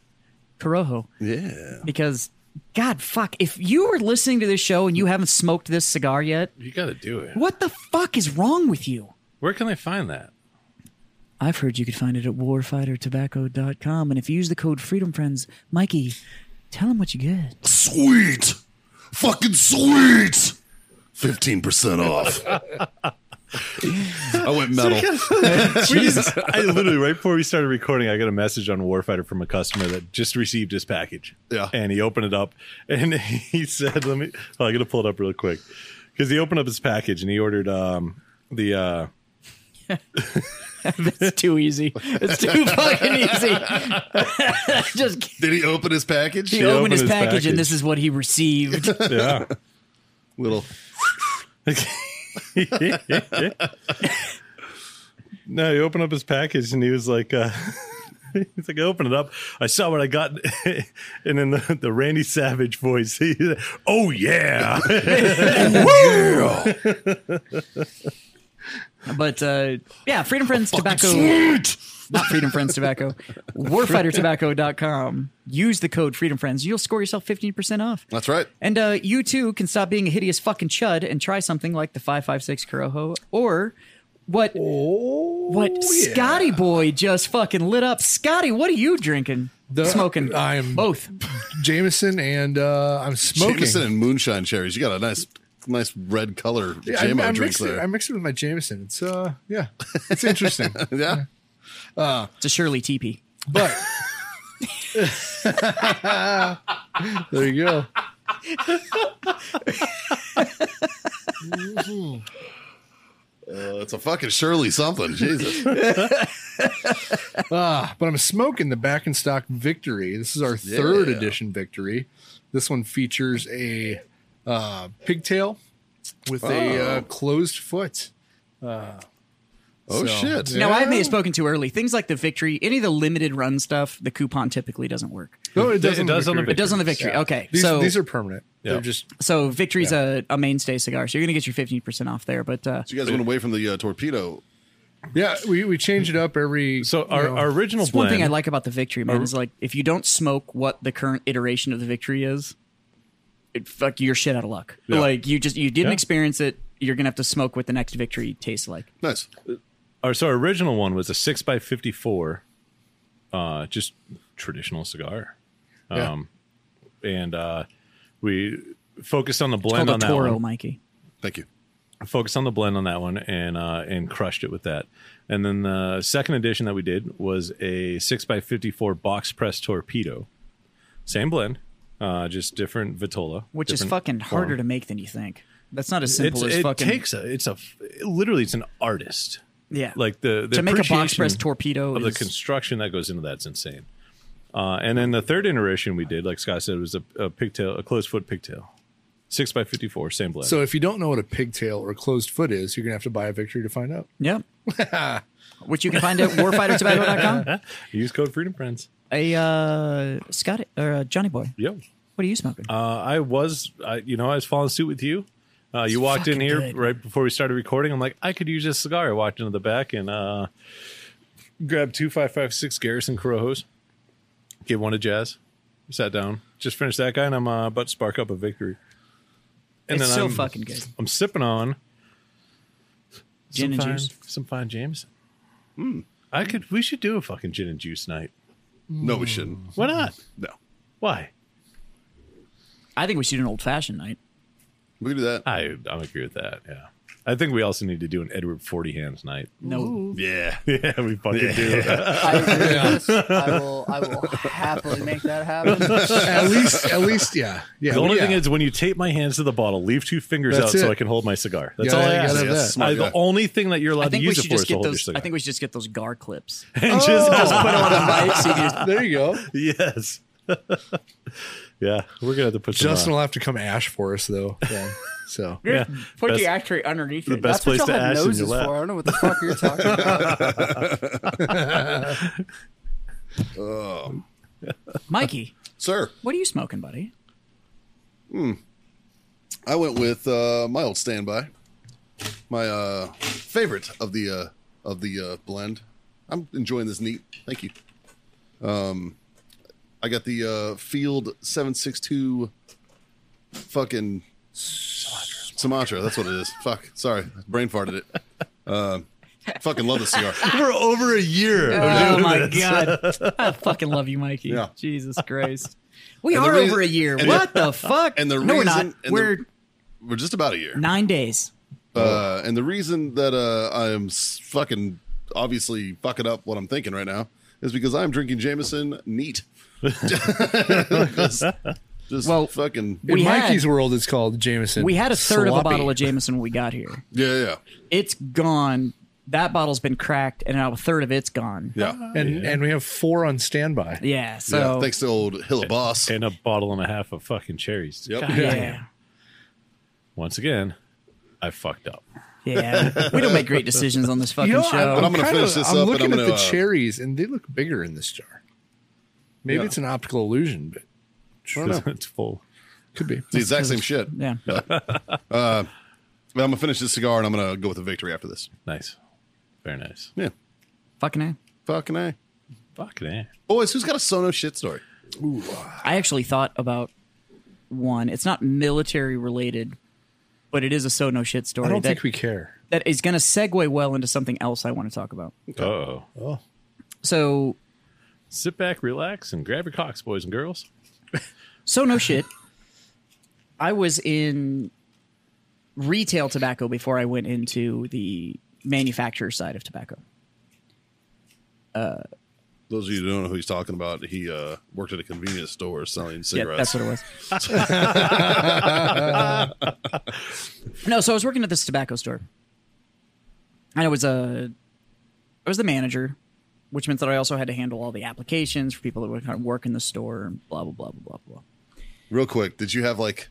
Speaker 4: Corojo
Speaker 1: Yeah.
Speaker 4: because God fuck, if you are listening to this show and you haven't smoked this cigar yet,
Speaker 6: You got to do it.
Speaker 4: what the fuck is wrong with you?
Speaker 6: Where can I find that?
Speaker 4: I've heard you could find it at warfightertobacco.com, and if you use the code Freedom Friends, Mikey, tell them what you get.
Speaker 1: Sweet. Fucking sweet. 15% off. I went metal.
Speaker 6: Jesus. I literally right before we started recording, I got a message on Warfighter from a customer that just received his package.
Speaker 1: Yeah.
Speaker 6: and he opened it up and he said, "Let me." Oh, I got to pull it up real quick because he opened up his package and he ordered um the uh
Speaker 4: It's too easy. It's too fucking easy. Just kidding.
Speaker 1: Did he open his package?
Speaker 4: he
Speaker 6: opened
Speaker 4: opened his
Speaker 6: his
Speaker 4: package,
Speaker 6: package.
Speaker 4: and this is what he received.
Speaker 6: yeah.
Speaker 1: Little.
Speaker 6: no, he opened up his package and he was like, uh, he's like, I opened it up. I saw what I got. and then the, the Randy Savage voice, he, oh, yeah.
Speaker 1: Yeah.
Speaker 4: But uh, yeah, Freedom
Speaker 3: Oh,
Speaker 4: Friends Tobacco.
Speaker 1: Sweet.
Speaker 4: not Freedom Friends Tobacco, warfightertobacco.com. Use the code Freedom Friends. You'll score yourself 15% off.
Speaker 1: That's right.
Speaker 4: And uh, you too can stop being a hideous fucking chud and try something like the 556 Corojo or what
Speaker 3: Oh,
Speaker 4: what Scotty boy just fucking lit up. Scotty, what are you drinking?
Speaker 3: The-
Speaker 4: Smoking.
Speaker 3: I'm-
Speaker 4: both.
Speaker 3: Jameson and uh, I'm smoking.
Speaker 1: Jameson and moonshine cherries. You got a nice, nice red color
Speaker 3: Yeah,
Speaker 1: Jamo
Speaker 3: I, I,
Speaker 1: drink
Speaker 3: mixed it,
Speaker 1: there.
Speaker 3: I mixed it with my Jameson. It's uh, yeah, it's interesting.
Speaker 1: yeah.
Speaker 4: It's a Shirley teepee.
Speaker 3: But there you go.
Speaker 1: Uh, it's a fucking Shirley something. Jesus.
Speaker 3: Ah, but I'm smoking the back in stock victory. This is our third
Speaker 1: Yeah.
Speaker 3: edition victory. This one features a uh, pigtail with a uh, closed foot.
Speaker 1: Oh
Speaker 3: So,
Speaker 1: shit.
Speaker 3: yeah.
Speaker 4: Now, I may have spoken too early. Things like the victory, any of the limited run stuff, the coupon typically doesn't work.
Speaker 3: No, it
Speaker 6: does-
Speaker 3: does.
Speaker 6: it does on the
Speaker 4: Oh, It does on the victory. Okay.
Speaker 3: These,
Speaker 4: so
Speaker 3: these are permanent.
Speaker 6: Yeah.
Speaker 3: They're just
Speaker 4: So Victory's a, a mainstay cigar, so you're gonna get your 15% off there. But uh,
Speaker 1: So you guys went away from the uh, torpedo.
Speaker 3: yeah. We, we change it up every.
Speaker 6: so our,
Speaker 3: you know,
Speaker 6: our original
Speaker 4: that's one
Speaker 6: blend,
Speaker 4: thing I like about the Victory,
Speaker 6: Mm-hmm.
Speaker 4: man, is like if you don't smoke what the current iteration of the Victory is, it, fuck, you're shit out of luck.
Speaker 6: Yeah.
Speaker 4: Like you just you didn't
Speaker 6: Yeah.
Speaker 4: experience it. You're gonna have to smoke what the next Victory tastes like.
Speaker 1: Nice.
Speaker 6: our, so our original one was a 6 by 54 uh, just traditional cigar.
Speaker 3: yeah.
Speaker 6: Um, And uh, we focused on the
Speaker 4: Called
Speaker 6: blend
Speaker 4: a
Speaker 6: on that one.
Speaker 4: Toro, Mikey.
Speaker 1: Thank you.
Speaker 6: focused on the blend on that one and uh, and crushed it with that. And then the second edition that we did was a six x fifty four box press torpedo, same blend, uh, just different vitola,
Speaker 4: Which is fucking harder to make than you think. That's not as simple as
Speaker 6: it
Speaker 4: fucking
Speaker 6: takes a it's a f- literally it's an artist
Speaker 4: yeah.
Speaker 6: like the, the
Speaker 4: to make a box press
Speaker 6: appreciation
Speaker 4: torpedo
Speaker 6: of
Speaker 4: is,
Speaker 6: the construction that goes into that's insane. Uh, and then the third iteration we did, like Scott said, was a, a pigtail, a closed foot pigtail, Six by fifty four, same blend.
Speaker 3: So if you don't know what a pigtail or closed foot is, you're gonna have to buy a victory to find out.
Speaker 4: Yep. Which you can find at warfightertobacco.com.
Speaker 6: use code Freedom Friends.
Speaker 4: A uh, Scott or uh, Johnny Boy,
Speaker 6: Yep.
Speaker 4: what are you smoking?
Speaker 6: Uh, I was, I, you know, I was following suit with you. Uh, you walked in
Speaker 4: fucking
Speaker 6: here
Speaker 4: good.
Speaker 6: right before we started recording. I'm like, I could use this cigar. I walked into the back and uh, grabbed two five five six Garrison Corojos. Gave one to Jazz. Sat down. Just finished that guy, and I'm uh, about to spark up a victory. And
Speaker 4: it's so
Speaker 6: I'm,
Speaker 4: fucking good.
Speaker 6: I'm sipping on
Speaker 4: Gin
Speaker 6: some
Speaker 4: and
Speaker 6: fine,
Speaker 4: juice. Hmm.
Speaker 6: Some fine Jameson. I could. We should do a fucking gin and juice night.
Speaker 1: No, we shouldn't.
Speaker 6: Why not?
Speaker 1: No,
Speaker 6: Why?
Speaker 4: I think we should do an old fashioned night.
Speaker 1: we can do that.
Speaker 6: I I agree with that. Yeah. I think we also need to do an Edward Forty Hands night.
Speaker 4: No,
Speaker 1: Yeah,
Speaker 6: Yeah, we fucking do. Uh,
Speaker 5: I agree with this. I will. I will happily make that happen.
Speaker 3: at least, at least, yeah, yeah.
Speaker 6: The only
Speaker 3: Oh, yeah.
Speaker 6: thing is, when you tape my hands to the bottle, leave two fingers
Speaker 3: That's
Speaker 6: out so
Speaker 3: it.
Speaker 6: I can hold my cigar. That's
Speaker 3: Yeah,
Speaker 6: all I
Speaker 3: you
Speaker 6: ask.
Speaker 3: gotta have
Speaker 1: Yes,
Speaker 3: that.
Speaker 1: smart
Speaker 6: I-
Speaker 1: guy.
Speaker 6: the only thing that you're allowed
Speaker 4: I
Speaker 6: to
Speaker 4: think we
Speaker 6: use it
Speaker 4: should
Speaker 6: for is
Speaker 4: just
Speaker 6: to
Speaker 4: get
Speaker 6: hold your
Speaker 4: those. Oh. I
Speaker 6: cigar.
Speaker 4: think we should just get those gar clips.
Speaker 6: And just-
Speaker 4: Put them on the mic so you can just-
Speaker 3: there you go.
Speaker 6: yes. yeah, we're gonna have to put some,
Speaker 3: Justin
Speaker 6: uh,
Speaker 3: will have to come ash for us though. Yeah. So
Speaker 4: You're
Speaker 6: Yeah.
Speaker 4: gonna Put
Speaker 6: Best-
Speaker 4: the ashtray underneath
Speaker 6: the
Speaker 4: it.
Speaker 6: best
Speaker 5: That's what
Speaker 6: place
Speaker 5: y'all
Speaker 6: to
Speaker 5: have
Speaker 6: ash in
Speaker 5: noses
Speaker 6: your
Speaker 5: for. I
Speaker 6: lap.
Speaker 5: don't know what the fuck you're talking about.
Speaker 4: Mikey,
Speaker 1: sir.
Speaker 4: what are you smoking, buddy?
Speaker 1: I went with uh, my old standby, my uh, favorite of the uh, of the uh, blend. I'm enjoying this neat. Thank you. Um, I got the uh, Field Seven Six Two, fucking Sumatra. That's what it is. Fuck. Sorry, brain farted it. Uh, fucking love this cigar.
Speaker 6: We're over a year.
Speaker 4: Oh my god, I fucking love you, Mikey.
Speaker 1: Yeah.
Speaker 4: Jesus Christ, we
Speaker 1: And the
Speaker 4: are
Speaker 1: reason-
Speaker 4: over a year.
Speaker 1: and
Speaker 4: What the fuck?
Speaker 1: and the
Speaker 4: no, we're
Speaker 1: reason-
Speaker 4: not.
Speaker 1: and the-
Speaker 4: We're
Speaker 1: We're just about a year.
Speaker 4: nine days.
Speaker 6: Oh.
Speaker 1: Uh, and the reason that uh, I am s- fucking obviously fucking up what I'm thinking right now is because I'm drinking Jameson neat. just just
Speaker 4: Well,
Speaker 1: fucking
Speaker 4: we
Speaker 3: in
Speaker 4: had-
Speaker 3: Mikey's world, it's called Jameson.
Speaker 4: We had a third of a
Speaker 3: Sloppy.
Speaker 4: bottle of Jameson when we got here.
Speaker 1: yeah, yeah,
Speaker 4: It's gone. That bottle's been cracked, and now a third of it's gone.
Speaker 1: yeah.
Speaker 3: and and we have four on standby.
Speaker 4: Yeah. So
Speaker 1: yeah. Thanks to old Hilla Boss.
Speaker 6: And a bottle and a half of fucking cherries.
Speaker 1: Yep.
Speaker 6: God
Speaker 4: Yeah.
Speaker 6: damn. Once again, I fucked up.
Speaker 4: Yeah. we don't make great decisions on this fucking
Speaker 3: You know,
Speaker 4: show.
Speaker 1: I'm gonna
Speaker 3: kind
Speaker 1: finish
Speaker 3: of-
Speaker 1: this
Speaker 3: I'm
Speaker 1: up and
Speaker 3: looking
Speaker 1: I'm
Speaker 3: at
Speaker 1: gonna,
Speaker 3: the
Speaker 1: uh,
Speaker 3: cherries, and they look bigger in this jar. Maybe
Speaker 1: Yeah.
Speaker 3: it's an optical illusion, but
Speaker 6: it's full.
Speaker 3: could be.
Speaker 1: It's the exact same shit.
Speaker 4: yeah.
Speaker 1: But I'm gonna finish this cigar and I'm gonna go with a victory after this.
Speaker 6: Nice. Very nice.
Speaker 1: Yeah,
Speaker 4: Fucking A.
Speaker 1: fucking a.
Speaker 6: Fucking eh.
Speaker 1: Boys, who's got a Sono shit story?
Speaker 4: I actually thought about one. It's not military related, but it is a so no shit story.
Speaker 3: I don't
Speaker 4: that,
Speaker 3: think we care.
Speaker 4: that is going to segue well into something else I want to talk about.
Speaker 6: Uh-oh.
Speaker 4: So,
Speaker 6: Sit back, relax, and grab your cocks, boys and girls.
Speaker 4: so no shit. I was in retail tobacco before I went into the manufacturer side of tobacco.
Speaker 1: Those of you who don't know who he's talking about, he uh, worked at a convenience store selling
Speaker 4: Yeah,
Speaker 1: cigarettes.
Speaker 4: that's what it was. no, so I was working at this tobacco store, and I was a, I was the manager, which meant that I also had to handle all the applications for people that would kind of work in the store and blah blah blah blah blah blah.
Speaker 1: Real quick, did you have like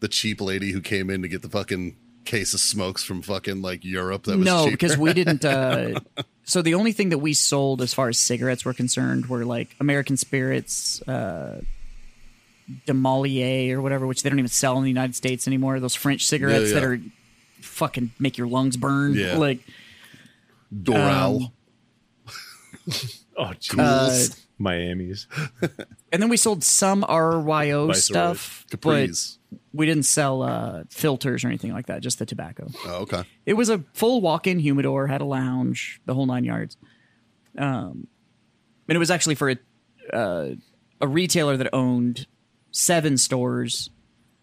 Speaker 1: the cheap lady who came in to get the fucking case of smokes from fucking like Europe that was
Speaker 4: no,
Speaker 1: cheaper?
Speaker 4: because we didn't. Uh, so the only thing that we sold, as far as cigarettes were concerned, were like American Spirits, uh, Demolier, or whatever, which they don't even sell in the United States anymore. Those French cigarettes that
Speaker 1: yeah.
Speaker 4: are fucking make your lungs burn.
Speaker 1: Yeah.
Speaker 4: Like
Speaker 1: Doral.
Speaker 4: Um,
Speaker 6: Oh, jeez.
Speaker 4: Uh,
Speaker 6: Miami's.
Speaker 4: and then we sold some RYO
Speaker 6: Viceroy's,
Speaker 4: stuff,
Speaker 1: Capri's.
Speaker 4: but we didn't sell uh, filters or anything like that. Just the tobacco.
Speaker 1: Oh, okay.
Speaker 4: It was a full walk-in humidor, had a lounge, the whole nine yards. Um, and it was actually for a uh, a retailer that owned seven stores.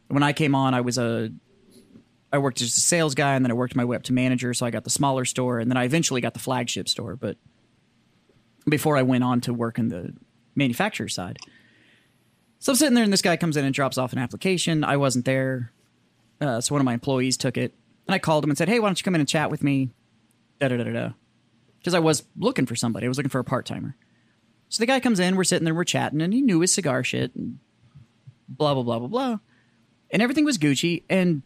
Speaker 4: When I came on, I was a I worked as a sales guy, and then I worked my way up to manager. So I got the smaller store, and then I eventually got the flagship store. But before I went on to work in the manufacturer side, so I'm sitting there, and this guy comes in and drops off an application. I wasn't there. Uh, so one of my employees took it, and I called him and said, "Hey, why don't you come in and chat with me?" Da da da da da, because I was looking for somebody. I was looking for a part timer. So the guy comes in, we're sitting there, we're chatting, and he knew his cigar shit, and blah blah blah blah blah. and everything was Gucci. And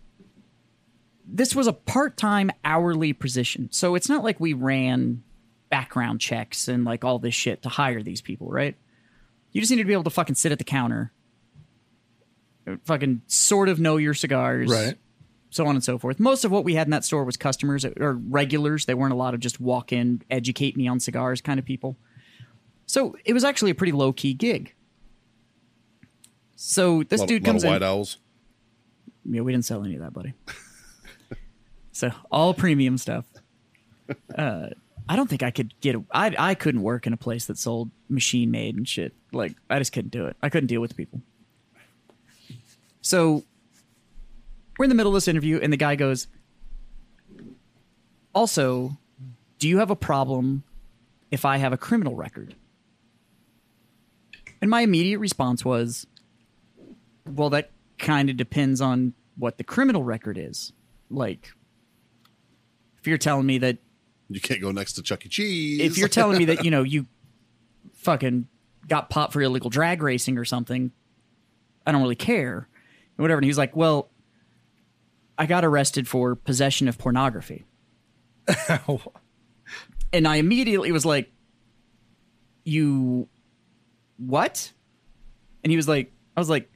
Speaker 4: this was a part time hourly position. So it's not like we ran background checks and like all this shit to hire these people, right? You just needed to be able to fucking sit at the counter, fucking sort of know your cigars,
Speaker 3: Right.
Speaker 4: So on and so forth. Most of what we had in that store was customers or regulars. They weren't a lot of just walk in, educate me on cigars kind of people. So it was actually a pretty low key gig. So this
Speaker 1: lot,
Speaker 4: dude
Speaker 1: lot
Speaker 4: comes
Speaker 1: of
Speaker 4: in.
Speaker 1: white owls.
Speaker 4: Yeah, we didn't sell any of that, buddy. so all premium stuff. Uh, I don't think I could get. A, I I couldn't work in a place that sold machine made and shit. Like I just couldn't do it. I couldn't deal with the people. So we're in the middle of this interview, and the guy goes, "Also, do you have a problem if I have a criminal record?" And my immediate response was, well that kind of depends on what the criminal record is like if you're telling me that
Speaker 1: You can't go next to Chuck E. Cheese.
Speaker 4: if you're telling me that you know you fucking got popped for illegal drag racing or something i don't really care or whatever and he was like well i got arrested for possession of pornography and i immediately was like you what and he was like i was like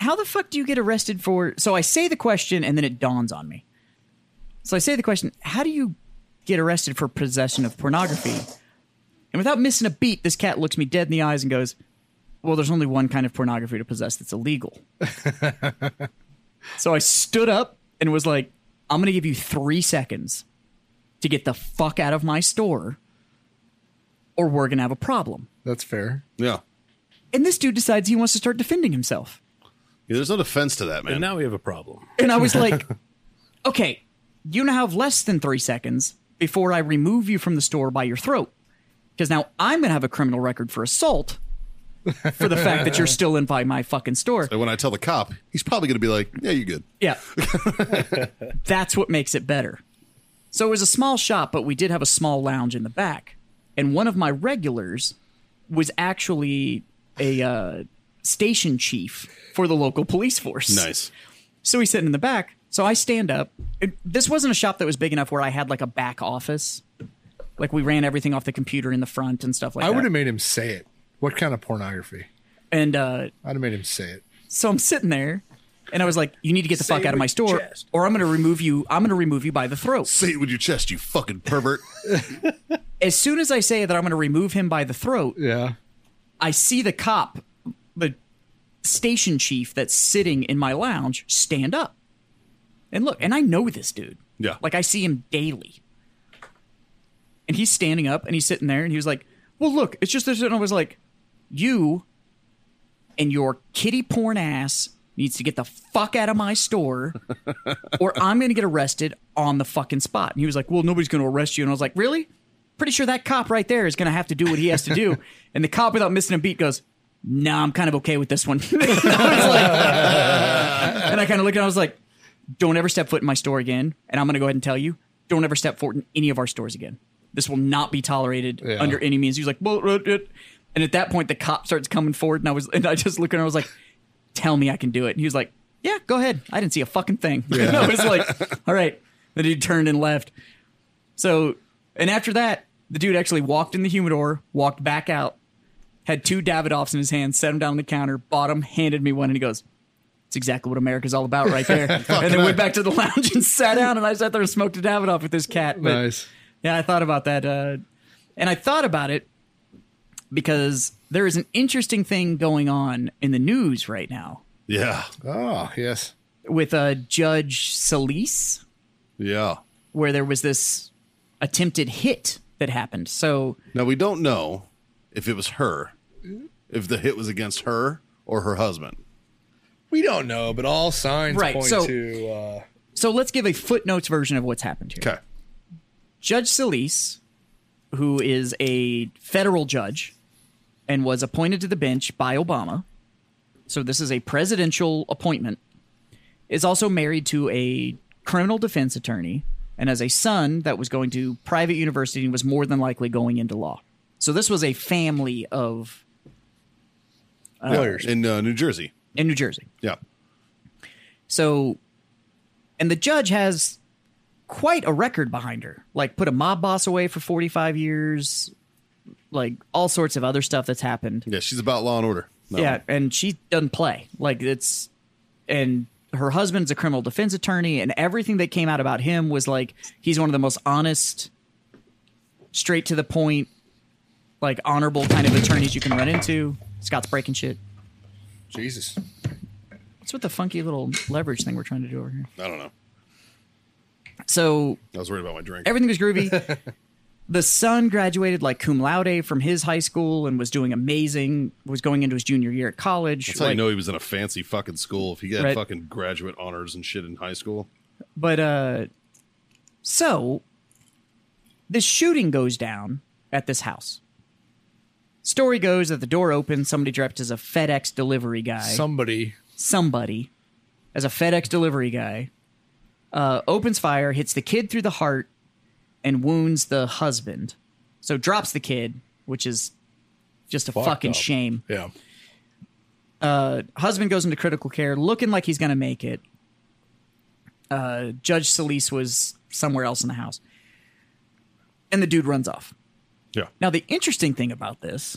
Speaker 4: how the fuck do you get arrested for so i say the question and then it dawns on me so i say the question how do you get arrested for possession of pornography and without missing a beat this cat looks me dead in the eyes and goes well there's only one kind of pornography to possess that's illegal so i stood up and was like i'm gonna give you three seconds to get the fuck out of my store or we're gonna have a problem
Speaker 3: That's fair.
Speaker 1: yeah.
Speaker 4: and this dude decides he wants to start defending himself.
Speaker 1: Yeah, there's no defense to that, man.
Speaker 6: And now we have a problem.
Speaker 4: And I was like, okay, you now have less than three seconds before I remove you from the store by your throat. Because now I'm going to have a criminal record for assault for the fact that you're still in by my fucking store.
Speaker 1: and when I tell the cop, he's probably going to be like, "Yeah, you're good."
Speaker 4: Yeah. That's what makes it better. So it was a small shop, but we did have a small lounge in the back. And one of my regulars was actually a uh, station chief for the local police force.
Speaker 1: Nice.
Speaker 4: So he's sitting in the back. So I stand up. It- this wasn't a shop that was big enough where I had like a back office. Like we ran everything off the computer in the front and stuff like
Speaker 3: I
Speaker 4: that.
Speaker 3: would have made him say it. What kind of pornography?
Speaker 4: and uh,
Speaker 3: I'd have made him say it.
Speaker 4: so I'm sitting there, and I was like, "You need to get the fuck
Speaker 6: it
Speaker 4: out of
Speaker 6: with
Speaker 4: my
Speaker 6: your
Speaker 4: store,
Speaker 6: chest.
Speaker 4: or I'm going to remove you. I'm going to remove you by the throat."
Speaker 1: Say it with your chest, you fucking pervert.
Speaker 4: As soon as I say that I'm going to remove him by the throat,
Speaker 3: Yeah.
Speaker 4: I see the cop, the station chief that's sitting in my lounge, stand up and look. And I know this dude.
Speaker 1: Yeah.
Speaker 4: Like I see him daily. And he's standing up and he's sitting there and he was like, Well, look, it's just this. And I was like, You and your kitty porn ass needs to get the fuck out of my store or I'm going to get arrested on the fucking spot. And he was like, Well, nobody's going to arrest you. And I was like, Really? Pretty sure that cop right there is going to have to do what he has to do. and the cop, without missing a beat, goes, Nah, I'm kind of okay with this one. and I, kind of looked at him, I was like, Don't ever step foot in my store again. And I'm going to go ahead and tell you, don't ever step foot in any of our stores again. This will not be tolerated
Speaker 3: Yeah.
Speaker 4: under any means. He was like, Well, uh, uh," and at that point, the cop starts coming forward, and I was, and I just look at him, I was like, tell me I can do it. And he was like, yeah, go ahead. I didn't see a fucking thing. and I was like, all right. Then he turned and left. So, and after that, the dude actually walked in the humidor, walked back out, had two Davidoffs in his hand, set them down on the counter, bought them, handed me one, and he goes, it's exactly what America's all about right there. and then went back to the lounge and sat down, and I sat there and smoked a Davidoff with this cat. But
Speaker 3: Nice.
Speaker 4: yeah, I thought about that. Uh, and I thought about it because there is an interesting thing going on in the news right now
Speaker 1: yeah,
Speaker 3: Oh, yes.
Speaker 4: with uh, Judge Solis,
Speaker 1: yeah.
Speaker 4: where there was this attempted hit that happened. So
Speaker 1: Now we don't know if it was her, if the hit was against her or her husband.
Speaker 3: We don't know, but all signs
Speaker 4: Right,
Speaker 3: point
Speaker 4: so-
Speaker 3: to uh,
Speaker 4: so let's give a footnotes version of what's happened here.
Speaker 1: Okay.
Speaker 4: Judge Solis, who is a federal judge and was appointed to the bench by Obama, so this is a presidential appointment, is also married to a criminal defense attorney and has a son that was going to private university and was more than likely going into law. So this was a family of
Speaker 3: lawyers.
Speaker 1: In uh, New Jersey.
Speaker 4: in New Jersey.
Speaker 1: Yeah.
Speaker 4: So, and the judge has quite a record behind her. Like, put a mob boss away for 45 years, like, all sorts of other stuff that's happened.
Speaker 1: Yeah, she's about law and order. No.
Speaker 4: Yeah, and she doesn't play. Like, it's, and her husband's a criminal defense attorney, and everything that came out about him was like, he's one of the most honest, straight to the point, like, honorable kind of attorneys you can run into. Scott's breaking shit.
Speaker 3: Jesus.
Speaker 4: What's with the funky little leverage thing we're trying to do over here?
Speaker 1: I don't know.
Speaker 4: So
Speaker 1: I was worried about my drink.
Speaker 4: everything was groovy. the son graduated like cum laude from his high school and was doing amazing. Was going into his junior year at college.
Speaker 1: That's how
Speaker 4: like-
Speaker 1: you know he was in a fancy fucking school. If he got
Speaker 4: Right.
Speaker 1: fucking graduate honors and shit in high school,
Speaker 4: But uh, so this shooting goes down at this house. Story goes that the door opens. Somebody dressed as a FedEx delivery guy.
Speaker 3: Somebody.
Speaker 4: somebody as a FedEx delivery guy uh, opens fire, hits the kid through the heart, and wounds the husband. So drops the kid, which is just a fucking
Speaker 3: up.
Speaker 4: shame.
Speaker 3: Yeah.
Speaker 4: Husband goes into critical care, looking like he's gonna make it. Uh, Judge Solis was somewhere else in the house, and the dude runs off.
Speaker 1: Yeah.
Speaker 4: Now the interesting thing about this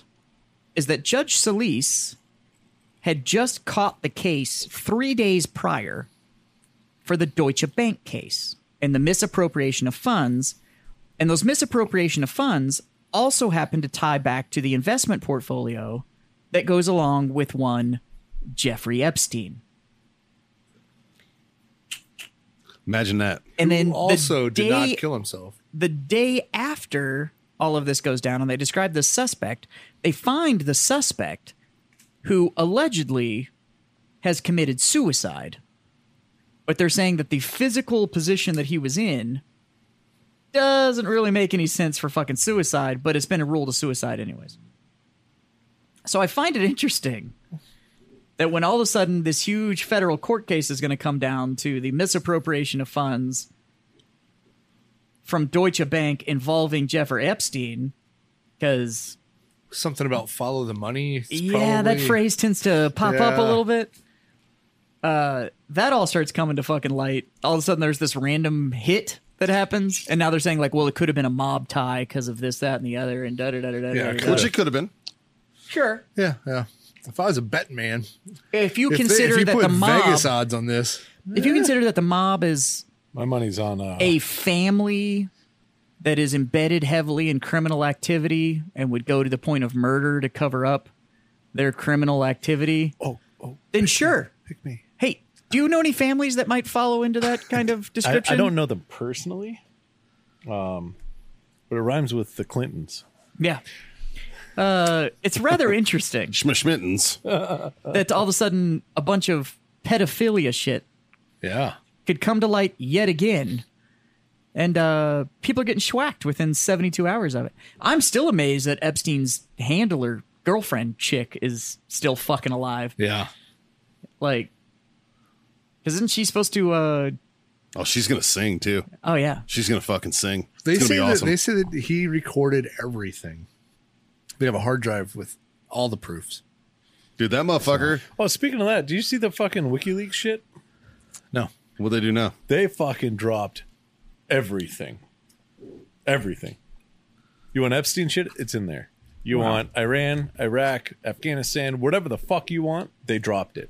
Speaker 4: is that Judge Solis had just caught the case three days prior for the Deutsche Bank case and the misappropriation of funds. And those misappropriation of funds also happened to tie back to the investment portfolio that goes along with one Jeffrey Epstein.
Speaker 1: imagine that.
Speaker 4: And then
Speaker 3: Who also
Speaker 4: the
Speaker 3: did
Speaker 4: day,
Speaker 3: not kill himself.
Speaker 4: the day after all of this goes down and they describe the suspect, they find the suspect who allegedly has committed suicide. But they're saying that the physical position that he was in doesn't really make any sense for fucking suicide, but it's been a rule to suicide, anyways. So I find it interesting that when all of a sudden this huge federal court case is going to come down to the misappropriation of funds from Deutsche Bank involving Jeffrey Epstein because
Speaker 3: Something about follow the money. It's
Speaker 4: yeah, that
Speaker 3: probably-
Speaker 4: phrase tends to pop up a
Speaker 3: Yeah.
Speaker 4: little bit. Uh, that all starts coming to fucking light. All of a sudden, there's this random hit that happens, and now they're saying like, well, it could have been a mob tie because of this, that, and the other, and da da da da da.
Speaker 3: Yeah,
Speaker 4: da, da.
Speaker 1: Which it could have been.
Speaker 4: sure.
Speaker 3: Yeah, yeah. If I was a bet man,
Speaker 4: If you
Speaker 3: if, they- if
Speaker 4: consider
Speaker 3: you
Speaker 4: that
Speaker 3: put
Speaker 4: the mob,
Speaker 3: Vegas odds on this,
Speaker 4: if you consider that the mob is
Speaker 6: My money's on uh,
Speaker 4: a family that is embedded heavily in criminal activity and would go to the point of murder to cover up their criminal activity,
Speaker 3: oh, oh,
Speaker 4: then sure.
Speaker 3: pick me.
Speaker 4: Hey, do you know any families that might follow into that kind of
Speaker 6: I,
Speaker 4: description?
Speaker 6: I don't know them personally, um, but it rhymes with the Clintons.
Speaker 4: Yeah. Uh, it's rather interesting
Speaker 1: Schmittens.
Speaker 4: that all of a sudden a bunch of pedophilia shit
Speaker 3: Yeah,
Speaker 4: could come to light yet again. And uh, people are getting schwacked within 72 hours of it. I'm still amazed that Epstein's handler, girlfriend chick, is still fucking alive.
Speaker 3: yeah.
Speaker 4: Like, isn't she supposed to? Uh,
Speaker 1: Oh, she's gonna sing too.
Speaker 4: oh, yeah.
Speaker 1: She's gonna fucking sing.
Speaker 3: They
Speaker 1: it's gonna
Speaker 3: say
Speaker 1: be awesome.
Speaker 3: that they say that he recorded everything. They have a hard drive with all the proofs.
Speaker 1: Dude, that motherfucker.
Speaker 6: Oh, speaking of that, do you see the fucking WikiLeaks shit?
Speaker 3: No,
Speaker 1: What they do now?
Speaker 6: They fucking dropped everything. Everything. You want Epstein shit? It's in there. You want Iran, Iraq, Afghanistan, whatever the fuck you want, they dropped it.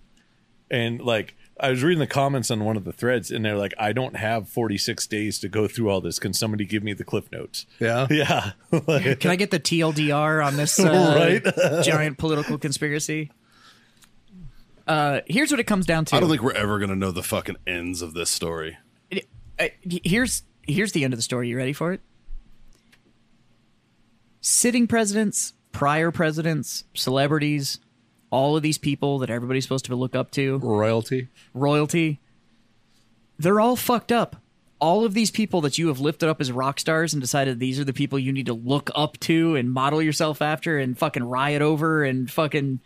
Speaker 6: And like I was reading the comments on one of the threads and they're like, I don't have 46 days to go through all this. Can somebody give me the cliff notes?
Speaker 3: yeah,
Speaker 6: Yeah. Like,
Speaker 4: Can I get the TLDR on this uh, giant political conspiracy? Uh, here's what it comes down to.
Speaker 1: I don't think we're ever gonna know the fucking ends of this story.
Speaker 4: It- uh, here's here's the end of the story. You ready for it? Sitting presidents, prior presidents, celebrities, all of these people that everybody's supposed to look up to.
Speaker 3: royalty.
Speaker 4: royalty. They're all fucked up. All of these people that you have lifted up as rock stars and decided these are the people you need to look up to and model yourself after and fucking riot over and fucking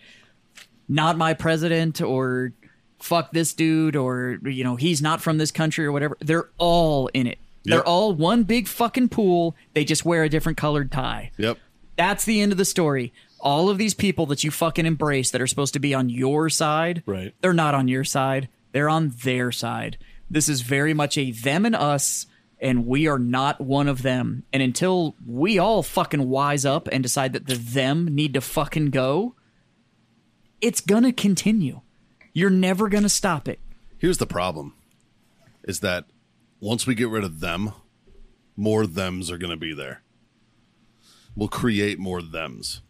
Speaker 4: not my president or fuck this dude or you know he's not from this country or whatever. They're all in it. They're
Speaker 1: Yep.
Speaker 4: all one big fucking pool. They just wear a different colored tie.
Speaker 1: Yep.
Speaker 4: That's the end of the story. All of these people that you fucking embrace that are supposed to be on your side,
Speaker 6: Right.
Speaker 4: They're not on your side. They're on their side. This is very much a them and us, and we are not one of them. And until we all fucking wise up and decide that the them need to fucking go, it's gonna continue. You're never gonna stop it.
Speaker 1: Here's the problem is that once we get rid of them, more thems are going to be there. We'll create more thems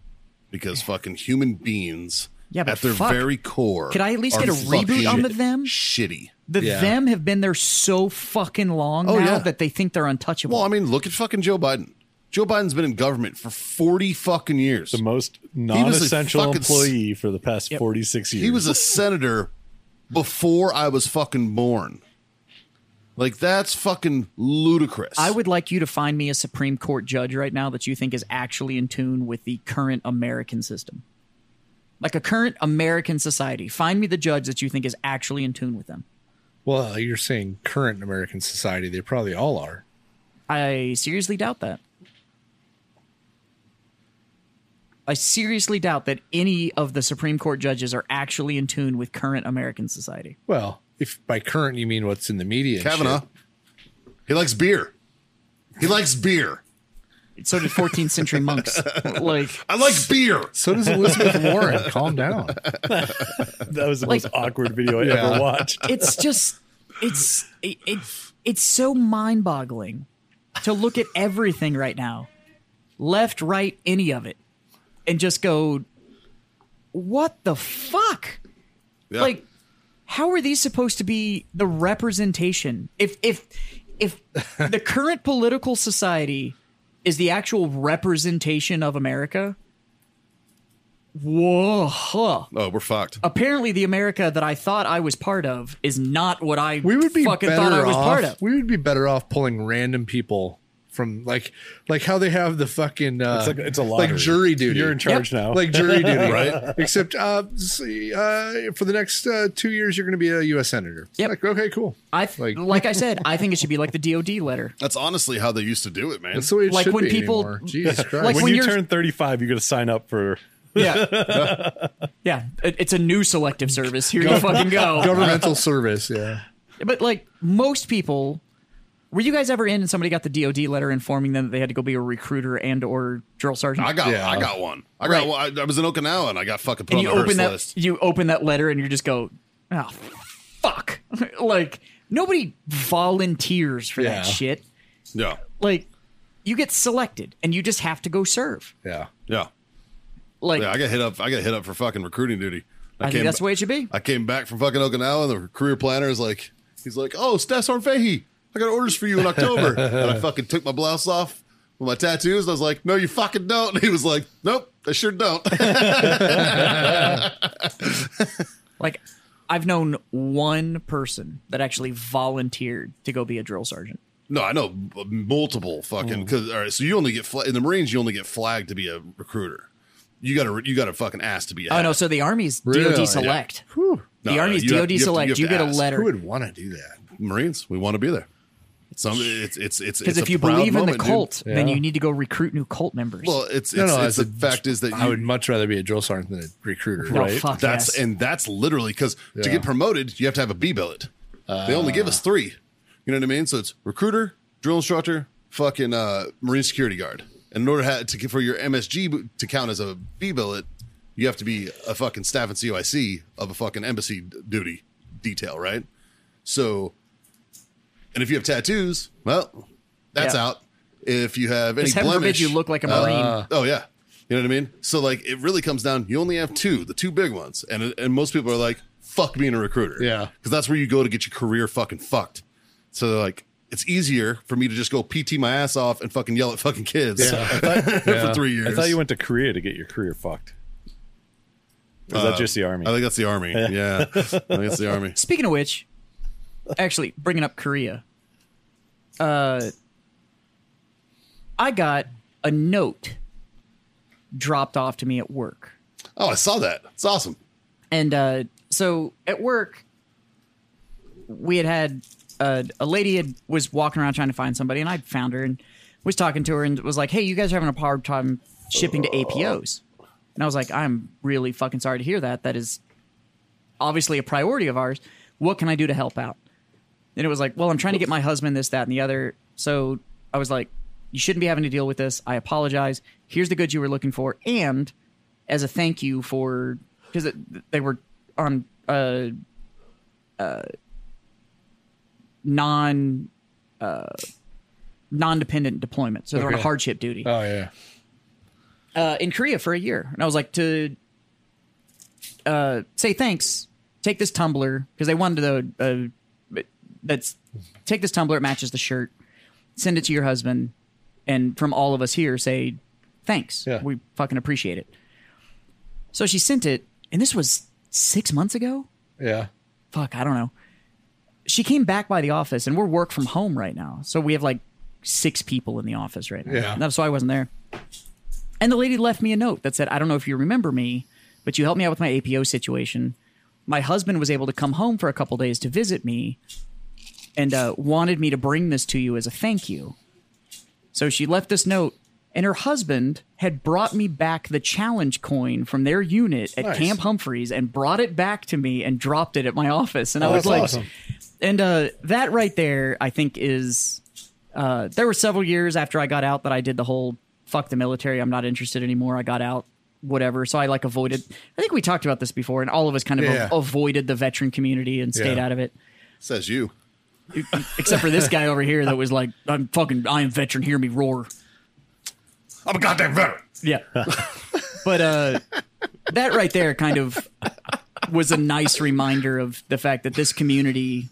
Speaker 1: because fucking human beings
Speaker 4: Yeah, but
Speaker 1: at their
Speaker 4: fuck.
Speaker 1: very core.
Speaker 4: Could I at least
Speaker 1: are
Speaker 4: get a reboot on
Speaker 1: fucking
Speaker 4: the them?
Speaker 1: Shitty.
Speaker 4: The
Speaker 6: Yeah.
Speaker 4: them have been there so fucking long
Speaker 1: Oh,
Speaker 4: now
Speaker 1: yeah.
Speaker 4: that they think they're untouchable.
Speaker 1: Well, I mean, look at fucking Joe Biden. Joe Biden's been in government for 40 fucking years.
Speaker 6: The most non-essential
Speaker 1: fucking s-
Speaker 6: employee for the past 46 years.
Speaker 1: He was a senator before I was fucking born. Like that's fucking ludicrous.
Speaker 4: I would like you to find me a Supreme Court judge right now that you think is actually in tune with the current American system. Like a current American society. Find me the judge that you think is actually in tune with them.
Speaker 3: Well, you're saying current American society. They probably all are.
Speaker 4: I seriously doubt that. I seriously doubt that any of the Supreme Court judges are actually in tune with current American society.
Speaker 3: Well, if by current you mean what's in the media, and
Speaker 1: Kavanaugh.
Speaker 3: shit.
Speaker 1: He likes beer. He likes beer.
Speaker 4: So did 14th century monks. Like,
Speaker 1: I like beer.
Speaker 3: So does Elizabeth Warren. Calm down.
Speaker 6: that was the
Speaker 4: Like-
Speaker 6: most awkward video I
Speaker 3: Yeah.
Speaker 6: ever watched.
Speaker 4: it's just it's it, it it's so mind-boggling to look at everything right now left right any of it and just go what the fuck
Speaker 1: Yeah.
Speaker 4: like how are these supposed to be the representation if if if the current political society is the actual representation of america whoa huh
Speaker 1: oh, we're fucked.
Speaker 4: apparently the America that I thought I was part of is not what I
Speaker 3: We would be
Speaker 4: fucking
Speaker 3: better
Speaker 4: thought I was
Speaker 3: off,
Speaker 4: part of.
Speaker 3: We would be better off pulling random people from like like how they have the fucking uh,
Speaker 6: It's like it's a lottery.
Speaker 3: like jury duty.
Speaker 6: You're in charge now.
Speaker 3: Like jury duty,
Speaker 1: Right.
Speaker 3: Except uh, see, uh, for the next uh, two years, you're going to be a U.S. senator.
Speaker 4: Yep.
Speaker 3: Like, okay, cool.
Speaker 4: I th- like,
Speaker 3: like-
Speaker 4: I said, I think it should be like the DoD letter.
Speaker 1: That's honestly how they used to do it, man.
Speaker 3: That's the way it
Speaker 4: Like
Speaker 3: should
Speaker 4: when
Speaker 3: be
Speaker 4: people-
Speaker 3: anymore. Jesus Christ.
Speaker 4: Like
Speaker 6: when,
Speaker 4: when
Speaker 6: you
Speaker 4: you're-
Speaker 6: turn 35, you're going to sign up for
Speaker 4: Yeah, yeah. It- It's a new selective service. Here you fucking go.
Speaker 3: governmental service. Yeah.
Speaker 4: But like most people, were you guys ever in and somebody got the DoD letter informing them that they had to go be a recruiter and or drill sergeant?
Speaker 1: I got
Speaker 3: Yeah.
Speaker 1: I got one. I
Speaker 4: Right.
Speaker 1: got one. I, I was in Okinawa and I got fucking put
Speaker 4: and
Speaker 1: on
Speaker 4: you
Speaker 1: the hearse
Speaker 4: open that
Speaker 1: list.
Speaker 4: you open that letter and you just go, oh fuck, like nobody volunteers for
Speaker 3: Yeah.
Speaker 4: that shit.
Speaker 1: Yeah.
Speaker 4: Like you get selected and you just have to go serve.
Speaker 3: Yeah.
Speaker 1: Yeah.
Speaker 4: Like
Speaker 1: Yeah, I got hit up. I got hit up for fucking recruiting duty.
Speaker 4: I, think that's the way it should be.
Speaker 1: I came back from fucking Okinawa, and the career planner is like, he's like, oh, Stas Arnfahey, I got orders for you in October. and I fucking took my blouse off with my tattoos, and I was like, no, you fucking don't. And he was like, nope, I sure don't.
Speaker 4: Like I've known one person that actually volunteered to go be a drill sergeant.
Speaker 1: no, I know b- multiple
Speaker 3: Hmm.
Speaker 1: fucking, because, all right, so you only get, fla- in the Marines, you only get flagged to be a recruiter. You got to, you got to fucking ask to be a
Speaker 4: Oh no, so the army's
Speaker 3: Really?
Speaker 4: DoD select. The
Speaker 1: No, no,
Speaker 4: army's
Speaker 1: you have-
Speaker 4: DoD
Speaker 1: you have to-
Speaker 4: select.
Speaker 1: you have
Speaker 4: You,
Speaker 1: to
Speaker 4: get a
Speaker 1: ask.
Speaker 3: Who
Speaker 4: letter
Speaker 3: would want to do that?
Speaker 1: Marines. We want to be there. Some, it's, it's, it's,
Speaker 4: because
Speaker 1: it's
Speaker 4: if
Speaker 1: a
Speaker 4: you
Speaker 1: proud
Speaker 4: believe in the
Speaker 1: moment, dude.
Speaker 4: cult, then
Speaker 3: Yeah.
Speaker 4: you need to go recruit new cult members.
Speaker 1: Well, it's, it's,
Speaker 3: No, no,
Speaker 1: it's the
Speaker 3: that's a-
Speaker 1: fact is that you,
Speaker 3: I would much rather be a drill sergeant than a recruiter.
Speaker 4: no,
Speaker 6: right.
Speaker 4: Oh, fuck
Speaker 1: That's
Speaker 4: yes.
Speaker 1: and that's literally because to
Speaker 3: Yeah.
Speaker 1: get promoted, you have to have a B billet. they only give us three. You know what I mean? So it's recruiter, drill instructor, fucking uh, Marine security guard. And in order ha- to get for your MSG b- to count as a B billet, you have to be a fucking staff and COIC of a fucking embassy d- duty detail, right? So, and if you have tattoos, well, that's
Speaker 4: Yeah.
Speaker 1: out. If you have any
Speaker 4: Because heaven forbid
Speaker 1: blemish,
Speaker 4: you look like a
Speaker 1: uh,
Speaker 4: marine.
Speaker 6: Uh-huh.
Speaker 1: Oh yeah, you know what I mean. So like, it really comes down. You only have two, the two big ones, and and most people are like, "Fuck being a recruiter."
Speaker 3: Yeah.
Speaker 1: because that's where you go to get your career fucking fucked. So they're like, it's easier for me to just go PT my ass off and fucking yell at fucking kids for three years.
Speaker 6: I thought you went to Korea to get your career fucked. Or
Speaker 3: Uh,
Speaker 6: Is that just the army?
Speaker 1: I think that's the army. Yeah, I think that's the army.
Speaker 4: Speaking of which, actually bringing up Korea, uh, I got a note dropped off to me at work.
Speaker 1: Oh, I saw that. It's awesome.
Speaker 4: And uh, so at work, we had had uh, a lady had, was walking around trying to find somebody, and I found her and was talking to her and was like, "Hey, you guys are having a hard time shipping to APOs." And I was like, "I'm really fucking sorry to hear that. That is obviously a priority of ours. what can I do to help out? And it was like, well, I'm trying to get my husband this, that, and the other. So I was like, you shouldn't be having to deal with this. I apologize. Here's the goods you were looking for. And as a thank you for, because they were on uh, uh, non. Uh, non-dependent deployment so they're on
Speaker 3: Okay.
Speaker 4: a hardship duty
Speaker 3: Oh yeah.
Speaker 4: uh, in Korea for a year, and I was like to uh, say thanks. Take this tumbler because they wanted to. Uh, that's take this tumbler. It matches the shirt. Send it to your husband, and from all of us here, say thanks.
Speaker 3: Yeah.
Speaker 4: We fucking appreciate it. So she sent it, and this was six months ago
Speaker 3: Yeah.
Speaker 4: fuck, I don't know. She came back by the office, and we're work from home right now, so we have like six people in the office right now.
Speaker 3: Yeah.
Speaker 4: And that's why I wasn't there. And the lady left me a note that said, "I don't know if you remember me, but you helped me out with my APO situation. My husband was able to come home for a couple days to visit me, and uh, wanted me to bring this to you as a thank you." So she left this note. And her husband had brought me back the challenge coin from their unit at
Speaker 3: Nice.
Speaker 4: Camp Humphreys and brought it back to me and dropped it at my office. And I was
Speaker 3: Oh, That's
Speaker 4: like,
Speaker 3: awesome.
Speaker 4: and uh, that right there, I think is. Uh, there were several years after I got out that I did the whole "fuck the military, I'm not interested anymore." I got out, whatever. So I like avoided. I think we talked about this before, and all of us kind of
Speaker 3: Yeah.
Speaker 4: a- avoided the veteran community and stayed
Speaker 3: Yeah.
Speaker 4: out of it,
Speaker 1: Says you.
Speaker 4: except for this guy over here that was like, "I'm fucking, I am veteran, hear me roar."
Speaker 1: I'm a goddamn veteran.
Speaker 4: Yeah. but uh that right there kind of was a nice reminder of the fact that this community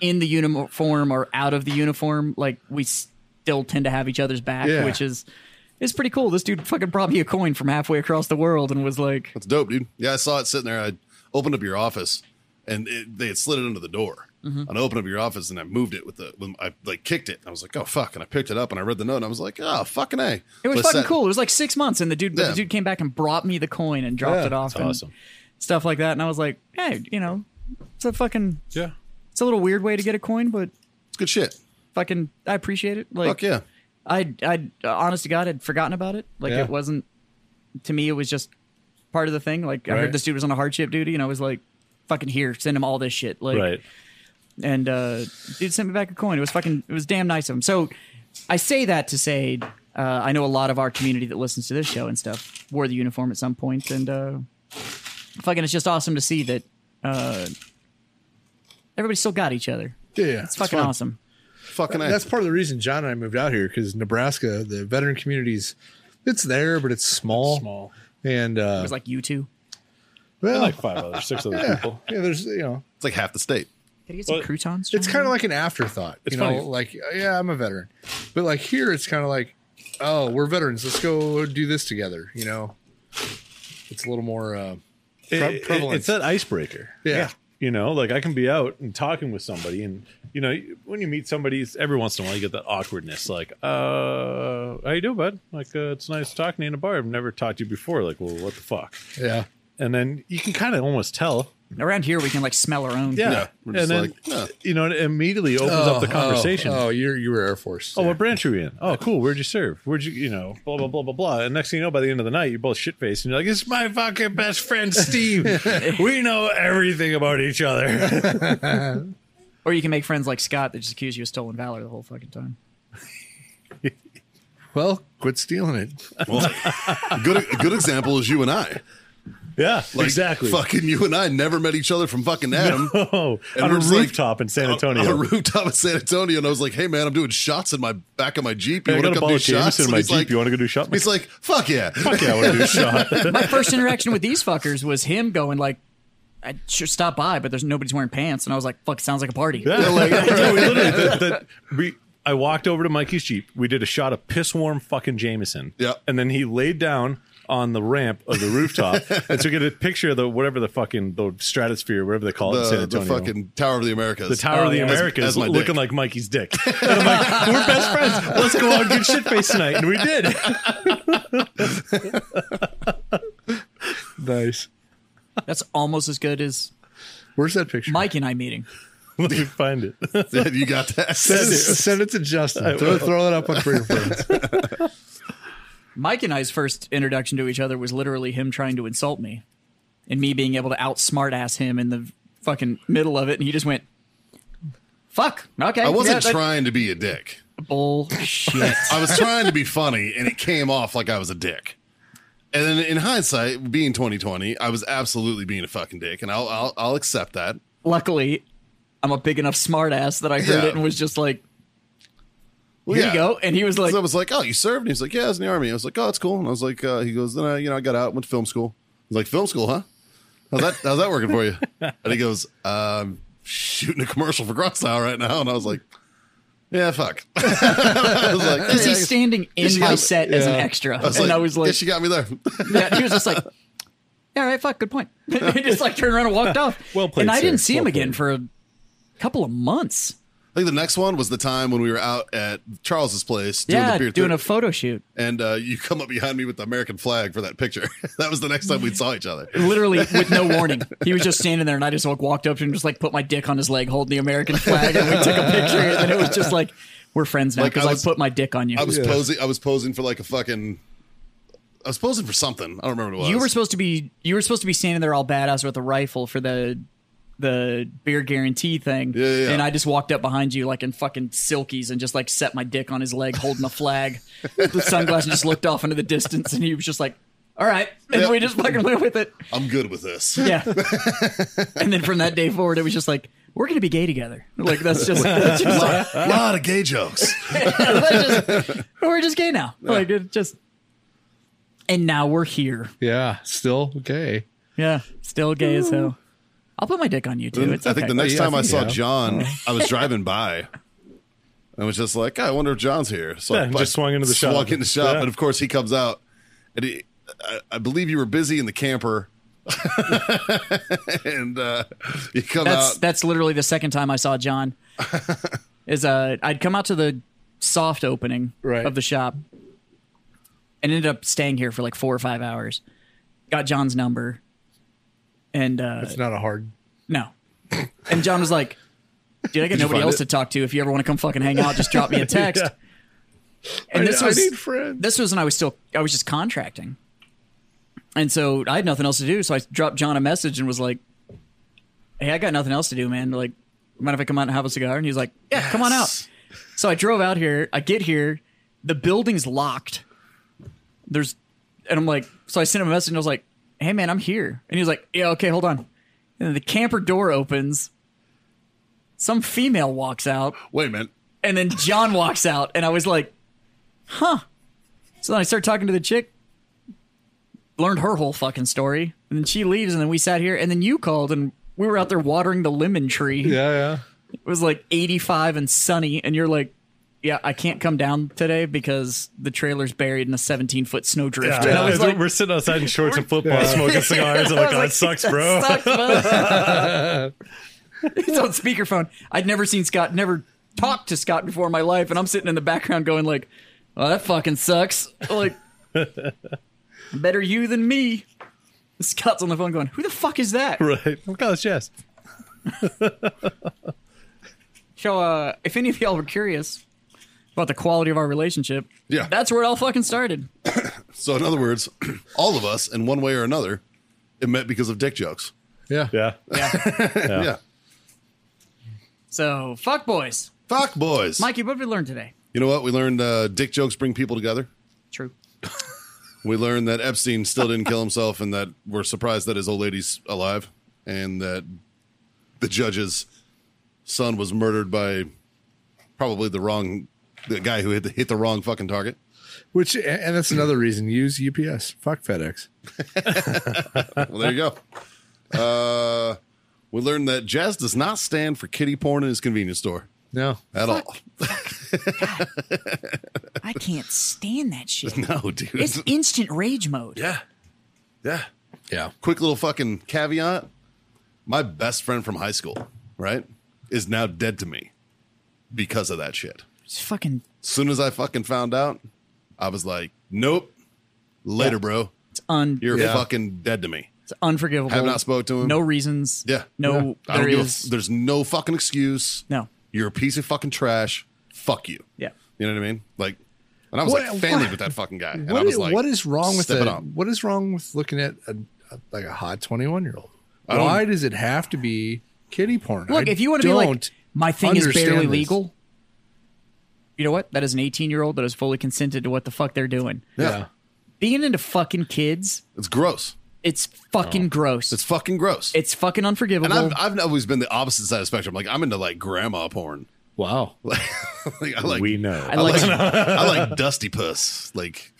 Speaker 4: in the uniform or out of the uniform, like we still tend to have each other's back,
Speaker 3: Yeah.
Speaker 4: which is it's pretty cool. This dude fucking brought me a coin from halfway across the world and was like,
Speaker 1: That's dope, dude. Yeah, I saw it sitting there. I opened up your office, and it, they had slid it under the door.
Speaker 6: Mm-hmm.
Speaker 1: And I opened up your office, and I moved it with the. With, I like kicked it. I was like, "Oh fuck!" And I picked it up, and I read the note, and I was like, "Oh fucking a."
Speaker 4: it
Speaker 1: But
Speaker 4: was
Speaker 1: I
Speaker 4: fucking
Speaker 1: sat-
Speaker 4: cool. It was like six months, and the dude,
Speaker 1: Yeah.
Speaker 4: the dude came back and brought me the coin and dropped
Speaker 3: Yeah,
Speaker 4: it off,
Speaker 6: That's
Speaker 4: and
Speaker 6: awesome.
Speaker 4: stuff like that. And I was like, hey, you know, it's a fucking,
Speaker 6: Yeah.
Speaker 4: it's a little weird way to get a coin, but
Speaker 1: It's good shit.
Speaker 4: fucking, I appreciate it. Like,
Speaker 1: Fuck yeah.
Speaker 4: I, I, honest to God, had forgotten about it. Like
Speaker 3: Yeah.
Speaker 4: it wasn't to me. It was just part of the thing. Like I
Speaker 3: Right.
Speaker 4: heard this dude was on a hardship duty, and I was like, "Fucking here, send him all this shit." Like,
Speaker 6: right.
Speaker 4: and uh, dude sent me back a coin. It was fucking. It was damn nice of him. So I say that to say uh, I know a lot of our community that listens to this show and stuff wore the uniform at some point, and uh, fucking, it's just awesome to see that uh, everybody still got each other.
Speaker 3: Yeah. yeah.
Speaker 4: It's fucking
Speaker 1: fun.
Speaker 4: awesome.
Speaker 1: Fucking a.
Speaker 3: That's part of the reason John and I moved out here because Nebraska, the veteran community's, it's there, but it's small.
Speaker 6: Small.
Speaker 3: And uh,
Speaker 4: It was like you two.
Speaker 6: They're
Speaker 3: well,
Speaker 6: Like five others, six other
Speaker 3: yeah,
Speaker 6: people.
Speaker 3: yeah, there's you know,
Speaker 1: it's like half the state.
Speaker 4: Did he get some
Speaker 6: Well,
Speaker 4: croutons?
Speaker 3: it's
Speaker 4: John?
Speaker 3: kind of like an afterthought.
Speaker 6: It's
Speaker 3: you know,
Speaker 6: funny.
Speaker 3: like yeah, I'm a veteran, but like here, it's kind of like, oh, we're veterans. Let's go do this together. You know, it's a little more. Uh,
Speaker 6: It-
Speaker 3: Pre-
Speaker 6: it-
Speaker 3: prevalence.
Speaker 6: it's that icebreaker.
Speaker 3: Yeah.
Speaker 6: You know, like I can be out and talking with somebody, and you know, when you meet somebody, it's- every once in a while you get that awkwardness, like, "Uh, how you doing, bud? Like, uh, it's nice talking to you in a bar. I've never talked to you before. Like, well, what the fuck?"
Speaker 3: yeah,
Speaker 6: And then you can kind of almost tell,
Speaker 4: Around here, we can like smell our own.
Speaker 6: yeah.
Speaker 1: Yeah. We're
Speaker 6: and
Speaker 1: just
Speaker 6: then
Speaker 1: like, yeah.
Speaker 6: you know, it immediately opens up the conversation.
Speaker 3: Oh,
Speaker 6: Oh,
Speaker 3: oh, you're you were Air Force.
Speaker 6: what branch are you in? Oh, cool. Where'd you serve? Where'd you, you know, blah blah blah blah blah. And next thing you know, by the end of the night, you're both shit faced, and you're like, "It's my fucking best friend, Steve. we know everything about each other."
Speaker 4: Or you can make friends like Scott that just accuse you of stolen valor the whole fucking time.
Speaker 3: well, quit stealing it.
Speaker 1: Well, a good a good example is you and I.
Speaker 6: Yeah,
Speaker 1: Like,
Speaker 6: exactly.
Speaker 1: Fucking you and I never met each other from fucking Adam.
Speaker 6: Oh,
Speaker 1: And
Speaker 6: on
Speaker 1: we're
Speaker 6: a
Speaker 1: just like-
Speaker 6: rooftop in San Antonio.
Speaker 1: On a rooftop in San Antonio, and I was like, "Hey man, I'm doing shots in my back of my Jeep.
Speaker 6: Hey,
Speaker 1: You
Speaker 6: I
Speaker 1: want
Speaker 6: got
Speaker 1: to
Speaker 6: a
Speaker 1: come
Speaker 6: bottle
Speaker 1: do
Speaker 6: of
Speaker 1: shots?"
Speaker 6: Jameson in
Speaker 1: And
Speaker 6: my
Speaker 1: he's
Speaker 6: Jeep.
Speaker 1: like-
Speaker 6: you want to go do shot?
Speaker 1: He's like, "Fuck yeah,
Speaker 6: yeah, I want to do a shot.
Speaker 4: My first interaction with these fuckers was him going like, "I should stop by, but there's nobody's wearing pants," and I was like, "Fuck, sounds like a party."
Speaker 6: Yeah, like, no, we literally, the, the, we, I walked over to Mikey's Jeep. We did a shot of piss warm fucking Jameson.
Speaker 1: Yep.
Speaker 6: And then he laid down on the ramp of the rooftop and took a picture of the whatever the fucking the stratosphere, whatever they call it in San
Speaker 1: the, Uh, the
Speaker 6: Antonio.
Speaker 1: fucking Tower of the Americas."
Speaker 6: the Tower of the
Speaker 4: Oh, yeah.
Speaker 6: Americas
Speaker 1: As- as my dick.
Speaker 6: looking like Mikey's dick. And I'm like, we're best friends. Let's go out and get shit faced tonight. And we did.
Speaker 3: Nice.
Speaker 4: That's almost as good as
Speaker 3: Where's that picture?
Speaker 4: Mike and I meeting.
Speaker 6: Let me find it.
Speaker 1: Yeah, you got
Speaker 3: Send it,
Speaker 1: that.
Speaker 3: send it to Justin. Throw, throw it up on Freedom Friends.
Speaker 4: Mike and I's first introduction to each other was literally him trying to insult me, and me being able to outsmart ass him in the fucking middle of it, and he just went, "Fuck, okay."
Speaker 1: I wasn't
Speaker 4: yeah, that-
Speaker 1: trying to be a dick.
Speaker 4: bullshit.
Speaker 1: I was trying to be funny, and it came off like I was a dick. And then in hindsight, being 2020, I was absolutely being a fucking dick, and I'll I'll, I'll accept that.
Speaker 4: Luckily, I'm a big enough smartass that I heard
Speaker 1: Yeah.
Speaker 4: it and was just like, "Well, here
Speaker 1: Yeah.
Speaker 4: you go." And he was like,
Speaker 1: So I was like, "Oh, you served?" And he's like, "Yeah, I was in the army." I was like, "Oh, that's cool." And I was like, uh, "He goes, then I, you know, I got out, went to film school." He's like, "Film school, huh? How's that? How's that working for you?" And he goes, "Um, shooting a commercial for Grunstyle right now." And I was like, "Yeah, fuck." I was like,
Speaker 4: "Is
Speaker 1: "Yeah,
Speaker 4: he
Speaker 1: I-
Speaker 4: standing in my
Speaker 1: got-
Speaker 4: set as an extra?"
Speaker 1: I was
Speaker 4: and
Speaker 1: like,
Speaker 4: I was like,
Speaker 1: yeah, she got me there.
Speaker 4: Yeah, he was just like, yeah, all right, fuck, good point. he just like turned around and walked off.
Speaker 6: Well played,
Speaker 4: And I
Speaker 6: sir.
Speaker 4: didn't see him
Speaker 6: Well
Speaker 4: again
Speaker 6: played.
Speaker 4: for a couple of months.
Speaker 1: I think the next one was the time when we were out at Charles's place doing
Speaker 4: yeah,
Speaker 1: the beer
Speaker 4: doing
Speaker 1: thing,
Speaker 4: a photo shoot.
Speaker 1: and uh, you come up behind me with the American flag for that picture. that was the next time we saw each other.
Speaker 4: Literally with no warning. He was just standing there and I just like walked up to him and just like put my dick on his leg holding the American flag and we took a picture and then it was just like we're friends now
Speaker 1: Like, I
Speaker 4: because I,
Speaker 1: was-
Speaker 4: put my dick on you.
Speaker 1: I was posing. I was posing for like a fucking. I was posing for something. I don't remember what it was.
Speaker 4: you were supposed to be you were supposed to be standing there all badass with a rifle for the the beer guarantee thing.
Speaker 1: Yeah, yeah, yeah.
Speaker 4: And I just walked up behind you like in fucking silkies and just like set my dick on his leg holding a flag with the sunglasses and just looked off into the distance and he was just like, All right. And
Speaker 1: Yep.
Speaker 4: we just fucking went with it.
Speaker 1: I'm good with this.
Speaker 4: Yeah. and then from that day forward it was just like, We're gonna be gay together. Like that's just, that's just,
Speaker 1: A lot of gay jokes.
Speaker 4: that's just- we're just gay now. Like it just and now we're here.
Speaker 3: Yeah, still okay.
Speaker 4: Yeah, still gay as hell. Uh, I'll put my dick on you too. It's
Speaker 1: Mm, I think the
Speaker 4: okay.
Speaker 1: next
Speaker 3: yeah, I
Speaker 1: time I,
Speaker 3: think-
Speaker 1: saw
Speaker 3: yeah.
Speaker 1: John, I was driving by. I was just like, "Oh, I wonder if John's here. So
Speaker 6: Yeah,
Speaker 1: I
Speaker 6: and just swung into the shop.
Speaker 1: Swung into the shop,
Speaker 6: Yeah.
Speaker 1: and of course he comes out, and he, I, I believe you were busy in the camper, and uh, you come
Speaker 4: That's
Speaker 1: out.
Speaker 4: that's literally the second time I saw John. is uh, I'd come out to the soft opening
Speaker 3: Right.
Speaker 4: of the shop, and ended up staying here for like four or five hours. Got John's number, and uh,
Speaker 3: It's not a hard.
Speaker 4: no, and John was like, "Dude, I got nobody
Speaker 1: find
Speaker 4: else
Speaker 1: it?
Speaker 4: to talk to. If you ever want to come fucking hang out, just drop me a text." And this
Speaker 3: I,
Speaker 4: was
Speaker 3: I need friends.
Speaker 4: this was when I was still I was just contracting, and so I had nothing else to do. So I dropped John a message and was like, "Hey, I got nothing else to do, man. Like, mind if I come out and have a cigar?" And he's like, "Yeah, come on out." So I drove out here. I get here, the building's locked. There's, and I'm like, so I sent him a message and I was like, "Hey, man, I'm here." And he was like, "Yeah, okay, hold on." And then the camper door opens. Some female walks out
Speaker 1: Wait a minute.
Speaker 4: and then John walks out, and I was like, huh. So then I start talking to the chick, learned her whole fucking story, and then she leaves, and then we sat here, and then you called, and we were out there watering the lemon tree.
Speaker 3: Yeah, yeah.
Speaker 4: It was like 85 and sunny, and you're like, yeah, I can't come down today because the trailer's buried in a 17 foot snowdrift.
Speaker 6: Yeah,
Speaker 4: And I was
Speaker 6: it's-
Speaker 4: like,
Speaker 6: we're sitting outside in shorts and football, smoking cigars. I'm
Speaker 4: I
Speaker 6: like,
Speaker 4: was
Speaker 6: oh, that sucks,
Speaker 4: "That
Speaker 6: bro.
Speaker 4: sucks, bud." He's on speakerphone. I'd never seen Scott, never talked to Scott before in my life, and I'm sitting in the background going like, "Well, that fucking sucks." Like, better you than me. Scott's on the phone going, "Who the fuck is that?"
Speaker 6: Right. Oh, God, it's Jess.
Speaker 4: So, uh, if any of y'all were curious about the quality of our relationship,
Speaker 1: Yeah.
Speaker 4: that's where it all fucking started.
Speaker 1: So in other words, all of us, in one way or another, it met because of dick jokes.
Speaker 3: Yeah.
Speaker 6: Yeah.
Speaker 1: Yeah.
Speaker 4: So, fuck boys,
Speaker 1: Fuck boys.
Speaker 4: Mikey. What did we learn today?
Speaker 1: You know what? We learned uh, dick jokes bring people together.
Speaker 4: True.
Speaker 1: We learned that Epstein still didn't kill himself and that we're surprised that his old lady's alive and that the judge's son was murdered by probably the wrong the guy who hit the, hit the wrong fucking target.
Speaker 3: Which and- and that's another reason. Use UPS. Fuck FedEx.
Speaker 1: Well, there you go. Uh, we learned that Jazz does not stand for kitty porn in his convenience store
Speaker 3: No.
Speaker 1: at all.
Speaker 4: I can't stand that shit.
Speaker 1: No, dude.
Speaker 4: It's instant rage mode.
Speaker 1: yeah. Yeah.
Speaker 3: Yeah.
Speaker 1: quick little fucking caveat my best friend from high school right is now dead to me because of that shit
Speaker 4: It's fucking
Speaker 1: as soon as i fucking found out i was like nope later bro
Speaker 4: it's un
Speaker 1: you're
Speaker 3: Yeah.
Speaker 1: fucking dead to me
Speaker 4: it's unforgivable.
Speaker 1: have not spoke to him
Speaker 4: No reasons.
Speaker 1: yeah
Speaker 4: No
Speaker 1: I
Speaker 4: there
Speaker 1: don't give a
Speaker 4: is
Speaker 1: f- there's no fucking excuse
Speaker 4: no.
Speaker 1: you're a piece of fucking trash fuck you
Speaker 4: Yeah.
Speaker 1: you know what i mean like and i was
Speaker 3: What-
Speaker 1: like family
Speaker 3: what-
Speaker 1: with that fucking guy and
Speaker 3: What
Speaker 1: i was
Speaker 3: is,
Speaker 1: like
Speaker 3: what is wrong with
Speaker 1: step it
Speaker 3: the,
Speaker 1: up.
Speaker 3: What is wrong with looking at a, a, like a hot twenty one year old?
Speaker 1: don't-
Speaker 3: Why does it have to be kitty porn.
Speaker 4: Look,
Speaker 3: I
Speaker 4: if you want to be like,
Speaker 3: don't
Speaker 4: my thing is
Speaker 3: understand
Speaker 4: barely
Speaker 3: this.
Speaker 4: legal. You know what? That is an 18 year old that has fully consented to what the fuck they're doing.
Speaker 1: Yeah.
Speaker 4: Being into fucking kids,
Speaker 1: It's gross.
Speaker 4: it's fucking gross.
Speaker 1: It's
Speaker 4: It's,
Speaker 1: fucking gross.
Speaker 4: fucking unforgivable.
Speaker 1: and I've, I've always been the opposite side of the spectrum. Like I'm into like grandma porn.
Speaker 6: Wow.
Speaker 1: Like, like, I like
Speaker 6: we know.
Speaker 4: I
Speaker 1: I
Speaker 4: like,
Speaker 1: like, I like dusty puss, like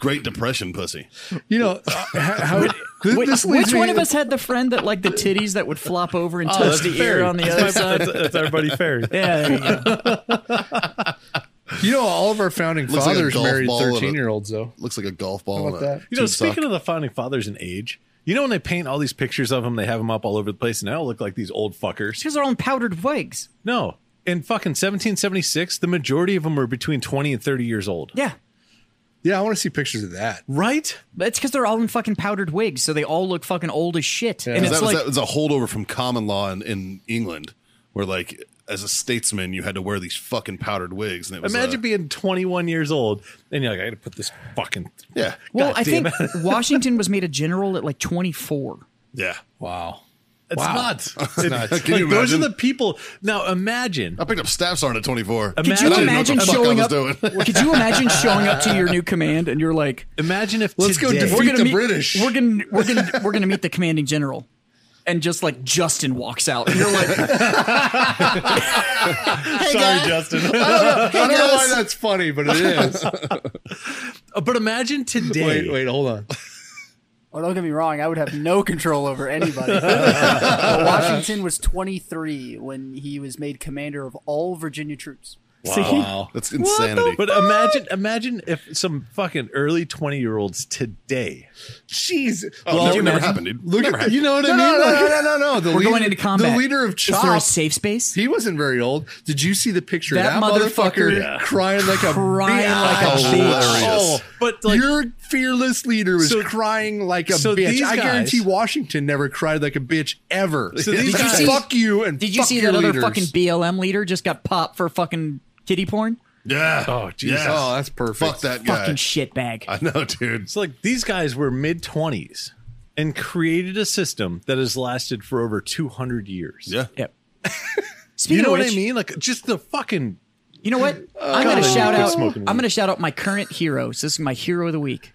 Speaker 1: Great Depression pussy.
Speaker 3: you know, uh, how, how,
Speaker 4: Wait,
Speaker 3: this leads
Speaker 4: which
Speaker 3: me-
Speaker 4: one of us had the friend that like the titties that would flop over
Speaker 1: Oh,
Speaker 4: and touch the ear
Speaker 6: Fair.
Speaker 4: on the
Speaker 6: That's
Speaker 4: other
Speaker 6: my-
Speaker 4: side?
Speaker 6: That's, that's everybody fair.
Speaker 4: Yeah, there you go.
Speaker 3: You know, all of our founding
Speaker 1: Looks like a
Speaker 3: fathers
Speaker 1: golf
Speaker 3: married
Speaker 1: ball and a-
Speaker 3: thirteen-year-olds, though.
Speaker 1: Looks like a golf ball. and
Speaker 3: about
Speaker 1: a
Speaker 3: that?
Speaker 6: You know,
Speaker 1: tube
Speaker 6: speaking
Speaker 1: sock.
Speaker 6: of the founding fathers and age, you know when they paint all these pictures of them, they have them up all over the place, and they all look like these old fuckers.
Speaker 4: Because they're all in powdered wigs.
Speaker 6: No, in fucking 1776, the majority of them were between 20 and 30 years old.
Speaker 4: Yeah.
Speaker 3: Yeah, I want to see pictures of that.
Speaker 6: Right?
Speaker 4: But it's because they're all in fucking powdered wigs, so they all look fucking old as shit.
Speaker 3: Yeah.
Speaker 4: And
Speaker 1: Is
Speaker 4: it's
Speaker 1: that, was
Speaker 4: like,
Speaker 1: that was a holdover from common law in, in England, where like as a statesman you had to wear these fucking powdered wigs, and it was
Speaker 6: Imagine
Speaker 1: uh,
Speaker 6: being 21 years old and you're like, I gotta put this fucking.
Speaker 1: yeah,
Speaker 4: well,
Speaker 6: God
Speaker 4: I
Speaker 6: damn
Speaker 4: think Washington was made a general at like 24.
Speaker 1: yeah.
Speaker 3: Wow.
Speaker 6: It's
Speaker 3: Wow.
Speaker 6: nuts.
Speaker 3: nuts.
Speaker 6: Like,
Speaker 1: Can you
Speaker 6: those are
Speaker 1: imagine?
Speaker 6: the people. Now imagine.
Speaker 1: I picked up staff sergeant at 24.
Speaker 6: Could you
Speaker 1: And
Speaker 4: Could you
Speaker 1: I didn't know
Speaker 4: imagine
Speaker 1: what the fuck
Speaker 4: showing
Speaker 1: I
Speaker 4: up?
Speaker 1: was doing.
Speaker 4: Could you imagine showing up to your new command and you're like,
Speaker 6: Imagine if
Speaker 3: Let's go
Speaker 6: today-
Speaker 3: defeat-
Speaker 4: we're gonna
Speaker 3: the
Speaker 4: meet,
Speaker 3: British.
Speaker 4: We're gonna we're gonna we're gonna meet the commanding general, and just like Justin walks out, and you're like,
Speaker 6: Sorry, Justin.
Speaker 3: I don't know why that's funny, but it is.
Speaker 6: but imagine today.
Speaker 3: wait, wait, hold on.
Speaker 5: Oh, don't get me wrong. I would have no control over anybody. But Washington was 23 when he was made commander of all Virginia troops.
Speaker 3: Wow.
Speaker 1: That's insanity.
Speaker 6: But imagine, imagine if some fucking early twenty year olds today.
Speaker 3: Jeez.
Speaker 1: Oh, no, it never happened, dude.
Speaker 3: Look
Speaker 1: never
Speaker 3: at
Speaker 1: happened.
Speaker 3: you know what I
Speaker 4: No,
Speaker 3: mean?
Speaker 4: no,
Speaker 3: Like, no, no, no. The
Speaker 4: we're
Speaker 3: leader,
Speaker 4: going into combat.
Speaker 3: The leader of
Speaker 4: Is there a
Speaker 3: Chop.
Speaker 4: safe space?
Speaker 3: He wasn't very old. Did you see the picture of
Speaker 4: That
Speaker 3: that
Speaker 4: motherfucker
Speaker 3: motherfucker crying like a
Speaker 4: Crying like
Speaker 1: a
Speaker 3: bitch?
Speaker 1: bitch.
Speaker 6: Oh, but like
Speaker 3: Your fearless leader was
Speaker 6: So-
Speaker 3: crying like a
Speaker 6: so
Speaker 3: bitch.
Speaker 6: these
Speaker 3: I guarantee
Speaker 6: guys-
Speaker 3: Washington never cried like a bitch ever.
Speaker 6: So these
Speaker 3: Did you
Speaker 6: guys-
Speaker 3: see- fuck you and
Speaker 4: Did you
Speaker 3: fuck
Speaker 4: see
Speaker 3: your
Speaker 4: that other
Speaker 3: leaders.
Speaker 4: fucking BLM leader just got popped for fucking kitty porn?
Speaker 1: yeah.
Speaker 6: Oh, Jesus.
Speaker 1: Yeah.
Speaker 3: Oh, that's perfect.
Speaker 1: Fuck that guy.
Speaker 4: Fucking shitbag.
Speaker 1: I know, dude.
Speaker 6: it's like these guys were mid twenties and created a system that has lasted for over two hundred years.
Speaker 1: Yeah.
Speaker 4: Yep. Speaking
Speaker 6: You know
Speaker 4: of
Speaker 6: what
Speaker 4: which,
Speaker 6: I mean? Like just the fucking
Speaker 4: You know what? I'm gonna
Speaker 6: Oh, God, I
Speaker 4: shout
Speaker 6: quit
Speaker 4: out.
Speaker 6: smoking
Speaker 4: I'm
Speaker 6: weed.
Speaker 4: gonna shout out my current heroes. This is my hero of the week.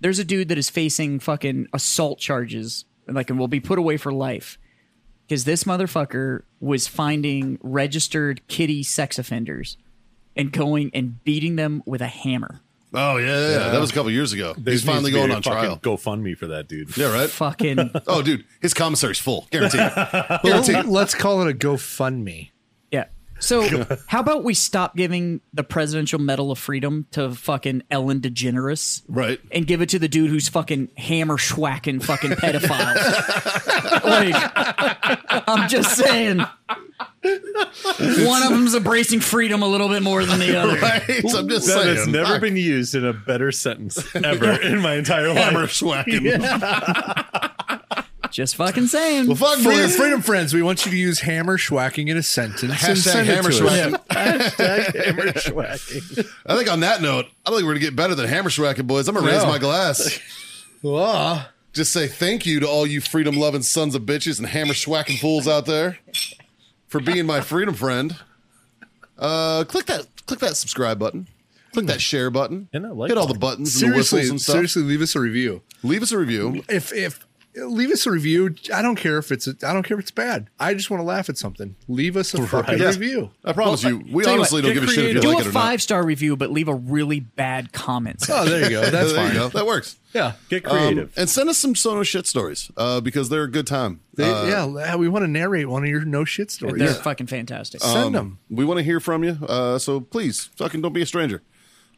Speaker 4: There's a dude that is facing fucking assault charges, and like, and will be put away for life because this motherfucker was finding registered kitty sex offenders and going and beating them with a hammer.
Speaker 1: Oh yeah, yeah, yeah. That was a couple years ago. He's finally going on trial.
Speaker 6: Go fund me for that dude.
Speaker 1: Yeah, right.
Speaker 4: Fucking
Speaker 1: Oh, dude, his commissary's full, guaranteed.
Speaker 3: Let's- Let's call it a GoFundMe.
Speaker 4: yeah. So, how about we stop giving the Presidential Medal of Freedom to fucking Ellen DeGeneres?
Speaker 1: right.
Speaker 4: and give it to the dude who's fucking hammer schwacking fucking pedophile. like, I'm just saying. One of them's embracing freedom a little bit more than the other.
Speaker 1: Right. So I'm just
Speaker 6: That
Speaker 1: saying.
Speaker 6: has never
Speaker 1: Fuck.
Speaker 6: been used in a better sentence ever in my entire
Speaker 1: hammer
Speaker 6: life.
Speaker 1: swacking.
Speaker 4: Just fucking saying.
Speaker 1: Well, fuck,
Speaker 3: For your
Speaker 1: boys.
Speaker 3: freedom friends, we want you to use hammer schwacking in a sentence. and
Speaker 1: Hashtag
Speaker 3: send it
Speaker 1: hammer
Speaker 3: to us.
Speaker 1: schwacking. I think on that note, I don't think we're gonna get better than hammer schwacking, boys. I'm gonna raise
Speaker 3: No.
Speaker 1: my glass.
Speaker 3: Wah.
Speaker 1: Just say thank you to all you freedom loving sons of bitches and hammer schwacking fools out there for being my freedom friend. Uh, click that click that subscribe button. Click that share button.
Speaker 6: And I like
Speaker 1: Hit all
Speaker 6: that.
Speaker 1: the buttons and the whistles
Speaker 3: Seriously,
Speaker 1: and stuff.
Speaker 3: seriously, leave us a review.
Speaker 1: Leave us a review.
Speaker 3: If if leave us a review, I don't care if it's I I don't care if it's bad. I just want to laugh at something. Leave us a fucking
Speaker 1: Yeah.
Speaker 3: review.
Speaker 1: I promise you, we
Speaker 6: tell you
Speaker 1: honestly
Speaker 6: what,
Speaker 1: don't
Speaker 6: get
Speaker 1: give a shit if
Speaker 6: creative.
Speaker 1: you
Speaker 4: Do
Speaker 1: like
Speaker 4: a
Speaker 1: it or
Speaker 4: five star review, but leave a really bad comment.
Speaker 3: Oh, there you go.
Speaker 1: not.
Speaker 3: That's
Speaker 1: there
Speaker 3: fine.
Speaker 1: you go. That works.
Speaker 3: Yeah.
Speaker 6: Get
Speaker 1: Um,
Speaker 6: creative.
Speaker 1: and send us some Sono shit stories uh, because they're a good time.
Speaker 3: They-
Speaker 1: Uh,
Speaker 3: yeah, we want to narrate one of your no shit stories.
Speaker 4: They're fucking fantastic.
Speaker 1: Uh,
Speaker 3: Send them.
Speaker 1: we want to hear from you. Uh, so please, fucking don't be a stranger.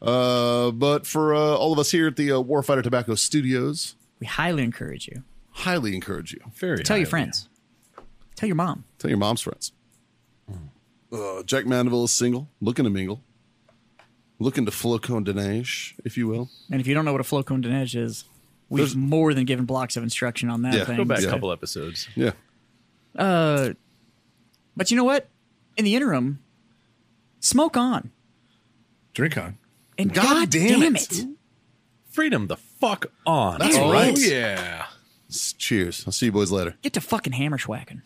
Speaker 1: Uh, but for uh, all of us here at the uh, Warfighter Tobacco Studios,
Speaker 4: we highly encourage you.
Speaker 1: highly encourage you.
Speaker 6: Very
Speaker 4: Tell your
Speaker 6: highly.
Speaker 4: friends. Tell your mom.
Speaker 1: Tell your mom's friends. Uh, Jack Mandeville is single, looking to mingle, looking to flocon denage, if you will.
Speaker 4: And if you don't know what a flocon dinesh is, we've
Speaker 1: There's-
Speaker 4: more than given blocks of instruction on that
Speaker 1: Yeah,
Speaker 4: thing.
Speaker 1: go
Speaker 6: Go back
Speaker 1: Yeah.
Speaker 6: a couple episodes.
Speaker 1: Yeah.
Speaker 4: But you know what? In the interim, smoke on.
Speaker 3: Drink on.
Speaker 4: And God,
Speaker 1: God
Speaker 4: damn,
Speaker 1: damn
Speaker 4: it.
Speaker 6: Freedom the fuck on.
Speaker 1: That's
Speaker 4: Oh,
Speaker 1: right.
Speaker 3: yeah.
Speaker 1: S- Cheers. I'll see you boys later.
Speaker 4: Get to fucking hammer schwacking.